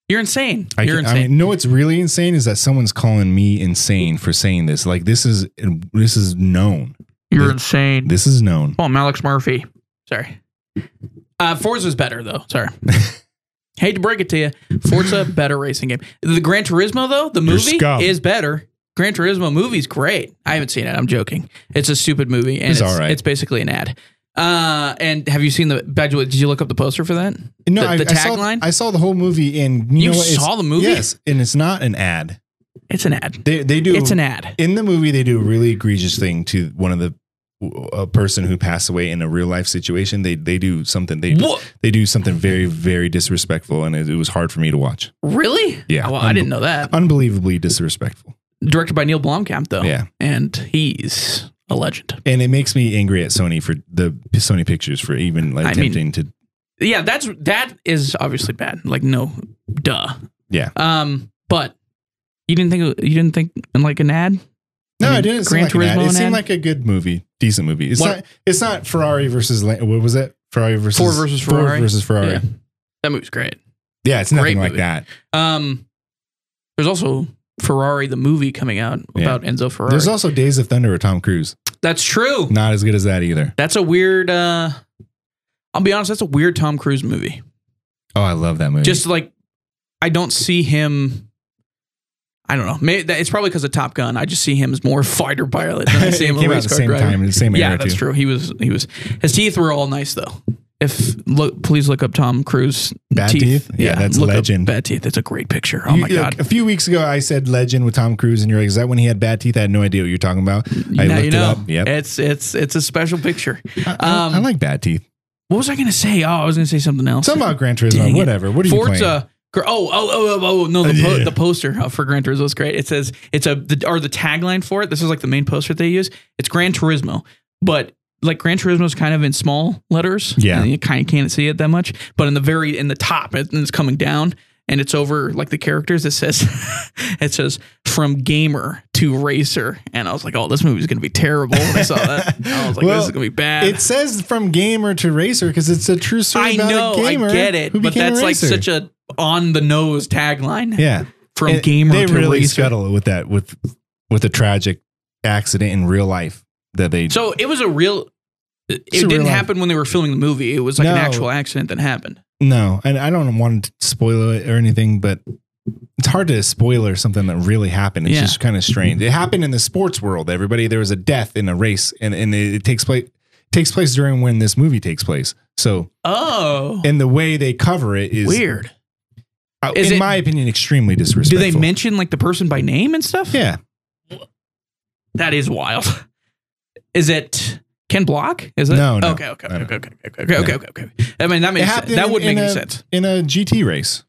S1: You're insane.
S2: I,
S1: you're
S2: can, I
S1: insane.
S2: mean, no, what's really insane is that someone's calling me insane for saying this. Like this is this is known.
S1: you're
S2: this-
S1: insane.
S2: This is known.
S1: Oh, Alex Murphy. Sorry. Uh, Forza's better though. Sorry. Hate to break it to you, Forza better racing game. The Gran Turismo though, the
S2: You're
S1: movie
S2: scum.
S1: is better. Gran Turismo movie's great. I haven't seen it. I'm joking. It's a stupid movie, and
S2: It's
S1: it's,
S2: all right.
S1: it's basically an ad. Uh, and have you seen the? By the way, did you look up the poster for that?
S2: No,
S1: The-
S2: I,
S1: the
S2: I saw-
S1: tagline?
S2: I saw the whole movie and you,
S1: You
S2: know what? It's-
S1: saw the movie?
S2: Yes, and it's not an ad.
S1: It's an ad.
S2: They they do
S1: It's an ad.
S2: in the movie they do a really egregious thing to one of the a person who passed away in a real life situation. They they do something they
S1: What?
S2: they do something very very disrespectful, and it, it was hard for me to watch.
S1: Really?
S2: Yeah.
S1: Well, I didn't know that.
S2: Unbelievably disrespectful.
S1: directed by Neil Blomkamp though.
S2: Yeah.
S1: and he's a legend.
S2: And it makes me angry at Sony for the Sony Pictures for even like
S1: I mean-
S2: attempting to.
S1: Yeah, that's that is obviously bad. Like no, duh.
S2: Yeah.
S1: Um, but you didn't think you didn't think in like an ad.
S2: No,
S1: I mean,
S2: it didn't
S1: Gran
S2: seem like an
S1: Turismo
S2: ad. It
S1: an ad?
S2: seemed like a good movie, decent movie. It's
S1: What-
S2: not. It's not Ferrari versus Lan- what was it? Ferrari versus
S1: Ford versus
S2: Ford
S1: Ferrari.
S2: versus Ferrari.
S1: Yeah.
S2: Oh, Yeah,
S1: That movie's great.
S2: it's nothing
S1: Great
S2: like
S1: movie.
S2: that.
S1: Um, there's also Ferrari the movie coming out
S2: Yeah.
S1: about Enzo Ferrari.
S2: There's also Days of Thunder with Tom Cruise.
S1: that's true.
S2: Not as good as that either.
S1: That's a weird. uh I'll be honest. That's a weird Tom Cruise movie.
S2: Oh, I love that movie.
S1: Just like I don't see him. I don't know. Maybe that, it's probably because of Top Gun. I just see him as more fighter pilot than I
S2: it
S1: see him
S2: came
S1: a race
S2: out at the
S1: car
S2: same
S1: driver.
S2: time, in the same
S1: Yeah,
S2: era
S1: that's
S2: too.
S1: true. He was he was his teeth were all nice though. If look, please look up Tom Cruise
S2: Bad teeth? Yeah, that's
S1: look up
S2: legend.
S1: Bad teeth. It's a great picture. Oh
S2: You-
S1: my
S2: look,
S1: god.
S2: A few weeks ago, I said Legend with Tom Cruise, and you're like, "Is that when he had bad teeth?" I had no idea what you're talking about. I
S1: now
S2: looked
S1: you
S2: it
S1: know.
S2: up. Yep.
S1: It's it's it's a special picture.
S2: I- I,
S1: um,
S2: I like bad teeth.
S1: What was I gonna say? Oh, I was gonna say something else.
S2: Something about Gran
S1: Dang
S2: Turismo,
S1: it.
S2: whatever. What are you playing?
S1: Forza. gr- Oh, oh, oh, oh, oh no! The,
S2: Uh,
S1: po-
S2: yeah.
S1: the poster uh, for Gran Turismo is great. It says it's a the, or the tagline for it. This is like the main poster they use. It's Gran Turismo, but like Gran Turismo is kind of in small letters.
S2: Yeah.
S1: and you kind of can't see it that much. But in the very in the top, it, and it's coming down, and it's over like the characters. It says it says from gamer to racer, and I was like, oh, this movie's gonna be terrible. When I saw that. I was like,
S2: Well,
S1: this is gonna be bad.
S2: It says from gamer to racer because it's a true story
S1: I
S2: about
S1: know,
S2: a gamer.
S1: I get it,
S2: who
S1: but
S2: became a
S1: that's like
S2: racer.
S1: such a on the nose tagline.
S2: yeah
S1: from
S2: And
S1: gamer
S2: They
S1: to
S2: really
S1: racer.
S2: scuttle it with that with with a tragic accident in real life that they.
S1: So it was a real. It
S2: a real
S1: didn't
S2: life.
S1: happen when they were filming the movie. It was like an
S2: No.
S1: actual accident that happened.
S2: no, and I don't want to spoil it or anything, but it's hard to spoiler something that really happened. It's
S1: Yeah.
S2: just kind of strange. It happened in the sports world. Everybody, there was a death in a race, and and it, it takes place takes place during when this movie takes place. So,
S1: Oh,
S2: and the way they cover it is
S1: weird.
S2: uh,
S1: Is
S2: in
S1: it-
S2: my opinion, extremely
S1: Do
S2: disrespectful.
S1: they mention like the person by name and stuff?
S2: Yeah,
S1: that is wild. Is it Ken Block? Is it
S2: No, no.
S1: Okay, okay,
S2: No,
S1: okay, okay,
S2: no.
S1: okay, okay, okay, okay, okay. I mean, that
S2: It
S1: makes sense.
S2: happened
S1: that
S2: in-
S1: would
S2: in
S1: make any
S2: a-
S1: sense.
S2: in a GT race.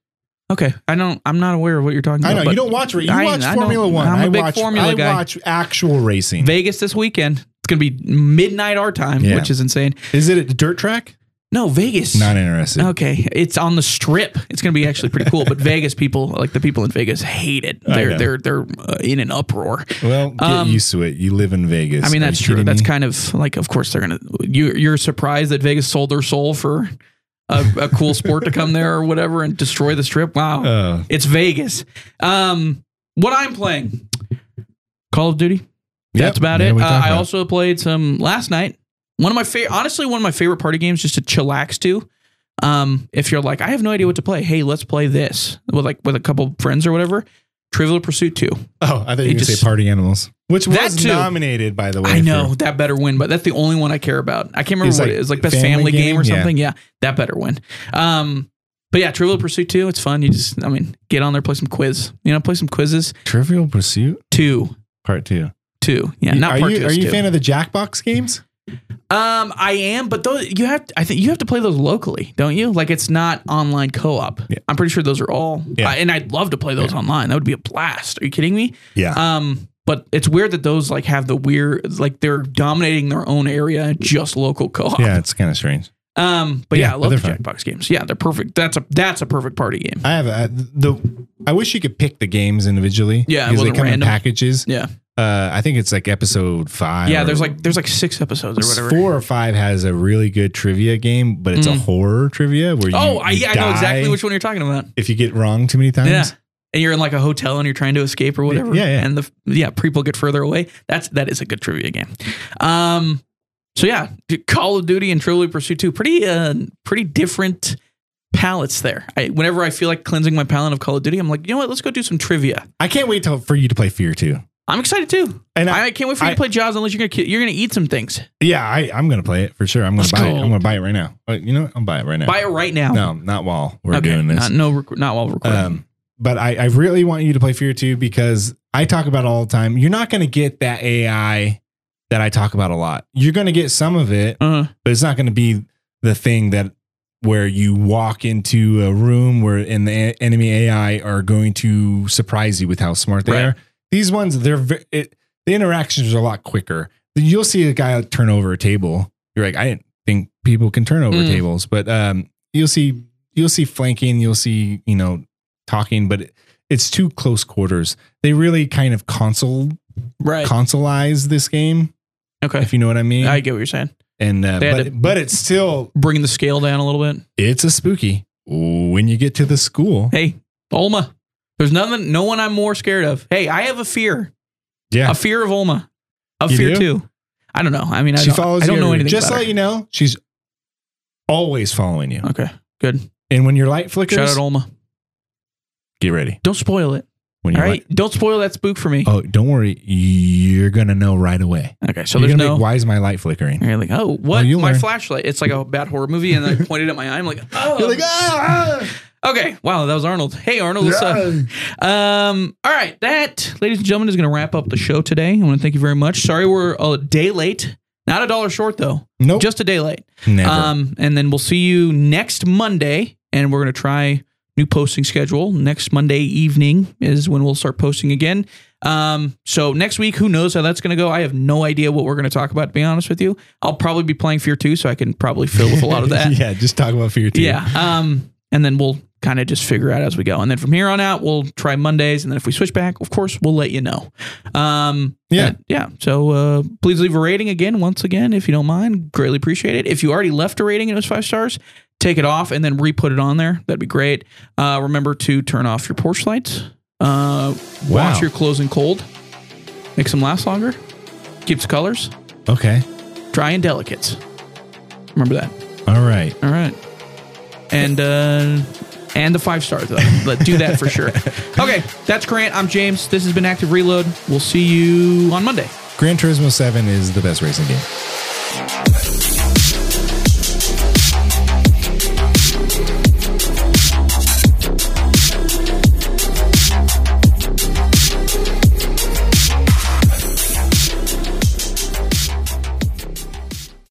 S1: Okay, I don't. I'm not aware of what you're talking
S2: I
S1: about.
S2: know
S1: but
S2: you don't watch race. You
S1: I-
S2: watch
S1: I don't-
S2: Formula One.
S1: I'm a
S2: I
S1: big
S2: watch
S1: Formula
S2: I
S1: guy.
S2: watch actual racing.
S1: Vegas this weekend. It's gonna be midnight our time,
S2: Yeah.
S1: which is insane.
S2: Is it a dirt track?
S1: No, Vegas.
S2: Not interested.
S1: Okay, it's on the strip. It's going to be actually pretty cool. But Vegas people, like the people in Vegas, hate it.
S2: I
S1: They're
S2: know.
S1: they're they're uh, in an uproar.
S2: Well, get
S1: Um,
S2: used to it. You live in Vegas.
S1: I mean,
S2: Are
S1: that's
S2: you
S1: true.
S2: kidding
S1: That's
S2: me?
S1: kind of like, of course, they're going to. You you're surprised that Vegas sold their soul for a, a cool sport to come there or whatever and destroy the strip. Wow,
S2: Uh,
S1: it's Vegas. Um, what I'm playing, Call of Duty. That's
S2: yep,
S1: about
S2: yeah,
S1: it.
S2: we
S1: Uh,
S2: talked
S1: I
S2: about
S1: also played some last night. One of my favorite, honestly, one of my favorite party games just to chillax to. Um, if you're like, I have no idea what to play. Hey, let's play this with like with a couple friends or whatever. Trivial Pursuit Two.
S2: Oh, I thought you
S1: it
S2: were going to
S1: just-
S2: say Party Animals, which
S1: That
S2: was
S1: too.
S2: nominated by the way.
S1: I know
S2: for-
S1: that better win, but that's the only one I care about. I can't remember
S2: It's
S1: what
S2: like
S1: it is, like best
S2: family
S1: family, game,
S2: game?
S1: or
S2: Yeah.
S1: something. Yeah. that better win. Um, but yeah, Trivial Pursuit Two. It's fun. You just, I mean, get on there, play some quiz. You know, play some quizzes.
S2: Trivial Pursuit
S1: Two,
S2: Part Two.
S1: two. Yeah, not
S2: are
S1: part
S2: you
S1: two.
S2: are
S1: it's
S2: you a
S1: two.
S2: fan of the Jackbox games?
S1: Um, I am, but those you have. I think you have to play those locally, don't you? Like it's not online co-op.
S2: Yeah.
S1: I'm pretty sure those are all.
S2: Yeah.
S1: I- and I'd love to play those online. That would be a blast. Are you kidding me?
S2: Yeah.
S1: Um, but it's weird that those like have the weird like they're dominating their own area just local co-op.
S2: yeah, it's kind of strange.
S1: Um, but yeah,
S2: Yeah,
S1: I
S2: but
S1: love the
S2: they're fun.
S1: Jackbox games. Yeah, they're perfect. That's a that's a perfect party game.
S2: I have a, the. I wish you could pick the games individually.
S1: Yeah, it
S2: because they
S1: wasn't
S2: come
S1: random.
S2: in packages.
S1: Yeah,
S2: Uh, I think it's like episode five.
S1: yeah.
S2: or-
S1: There's like there's like six episodes or whatever.
S2: Four or five has a really good trivia game, but it's a
S1: Mm.
S2: horror trivia where you
S1: Oh, I,
S2: you
S1: yeah, I know exactly
S2: die
S1: which one you're talking about.
S2: if you get wrong too many times.
S1: Yeah. And you're in like a hotel and you're trying to escape or whatever.
S2: yeah, yeah.
S1: And the yeah, people get further away. That's that is a good trivia game. Um so yeah, Call of Duty and Trivial Pursuit 2, pretty uh pretty different palettes there. I whenever I feel like cleansing my palette of Call of Duty, I'm like, you know what, let's go do some trivia.
S2: I can't wait till for you to play Fear too.
S1: I'm excited too.
S2: And I,
S1: I, I can't wait for you
S2: I-
S1: to play Jaws unless you're gonna ki- you're gonna eat some things.
S2: yeah, I, I'm gonna play it for sure. I'm gonna
S1: Let's
S2: buy it.
S1: go.
S2: I'm gonna buy it right now. Uh, You know, what? I'm buy it right now.
S1: Buy it right now.
S2: No, not while we're
S1: Okay,
S2: doing
S1: Not,
S2: this.
S1: no, rec- not while recording.
S2: um, but I, I really want you to play Fear Two because I talk about it all the time. You're not gonna get that AI that I talk about a lot. You're gonna get some of it,
S1: uh,
S2: but it's not going to be the thing that where you walk into a room where and the a- enemy AI are going to surprise you with how smart they
S1: Right.
S2: are. These ones, they're ve- it, the interactions are a lot quicker. You'll see a guy turn over a table. You're like, I didn't think people can turn over
S1: Mm.
S2: tables, but um, you'll see you'll see flanking, you'll see you know talking, but it, it's too close quarters. They really kind of console
S1: Right.
S2: consoleize this game,
S1: Okay.
S2: if you know what I mean.
S1: I get what you're saying.
S2: and uh,
S1: They had
S2: but
S1: to-
S2: but it's still
S1: Bringing the scale down a little bit.
S2: it's a spooky when you get to the school.
S1: Hey, Olma. There's nothing. No one I'm more scared of. Hey, I have a fear.
S2: Yeah,
S1: A fear of Olma. A
S2: You
S1: fear
S2: do?
S1: too. I don't know. I mean, I
S2: she
S1: don't,
S2: follows.
S1: I don't
S2: you
S1: know
S2: everywhere.
S1: anything.
S2: Just
S1: about
S2: let
S1: her.
S2: you know, she's always following you.
S1: Okay. Good.
S2: And when your light flickers,
S1: Shout out Olma.
S2: get ready.
S1: Don't spoil it.
S2: When
S1: All
S2: your
S1: right. Don't spoil that spook for me.
S2: light- oh, don't worry, you're gonna know right away.
S1: okay. So
S2: you're
S1: there's
S2: gonna
S1: no.
S2: Make, Why is my light flickering?
S1: You're like, oh, what?
S2: Oh, you'll
S1: my
S2: learn.
S1: flashlight. It's like a bad horror movie, and I pointed at my eye. I'm like, oh.
S2: You're like, ah, ah.
S1: okay. Wow, that was Arnold. Hey, Arnold, what's up? Um, all right, that, ladies and gentlemen, is going to wrap up the show today. I want to thank you very much. Sorry we're a day late. Not a dollar short, though.
S2: Nope,
S1: Just a day late.
S2: never.
S1: Um, and then we'll see you next Monday, and we're going to try new posting schedule. Next Monday evening is when we'll start posting again. Um, so next week, who knows how that's going to go? I have no idea what we're going to talk about. To be honest with you, I'll probably be playing Fear Two, so I can probably fill with a lot of that.
S2: yeah, just talk about fear too.
S1: Yeah. Um, and then we'll kind of just figure out as we go. And then from here on out, we'll try Mondays. And then if we switch back, of course, we'll let you know. Um,
S2: Yeah.
S1: and- yeah. So uh, please leave a rating again, once again, if you don't mind. Greatly appreciate it. If you already left a rating and it was five stars, take it off and then re put it on there. That'd be great. Uh, remember to turn off your porch lights, uh,
S2: Wow.
S1: wash your clothes in cold, makes them last longer, keeps colors
S2: Okay.
S1: dry and delicate. Remember that.
S2: All right.
S1: All right. And uh and the five star though. But do that for sure. Okay, that's Grant. I'm James. This has been Active Reload. We'll see you on Monday.
S2: Gran Turismo Seven is the best racing game.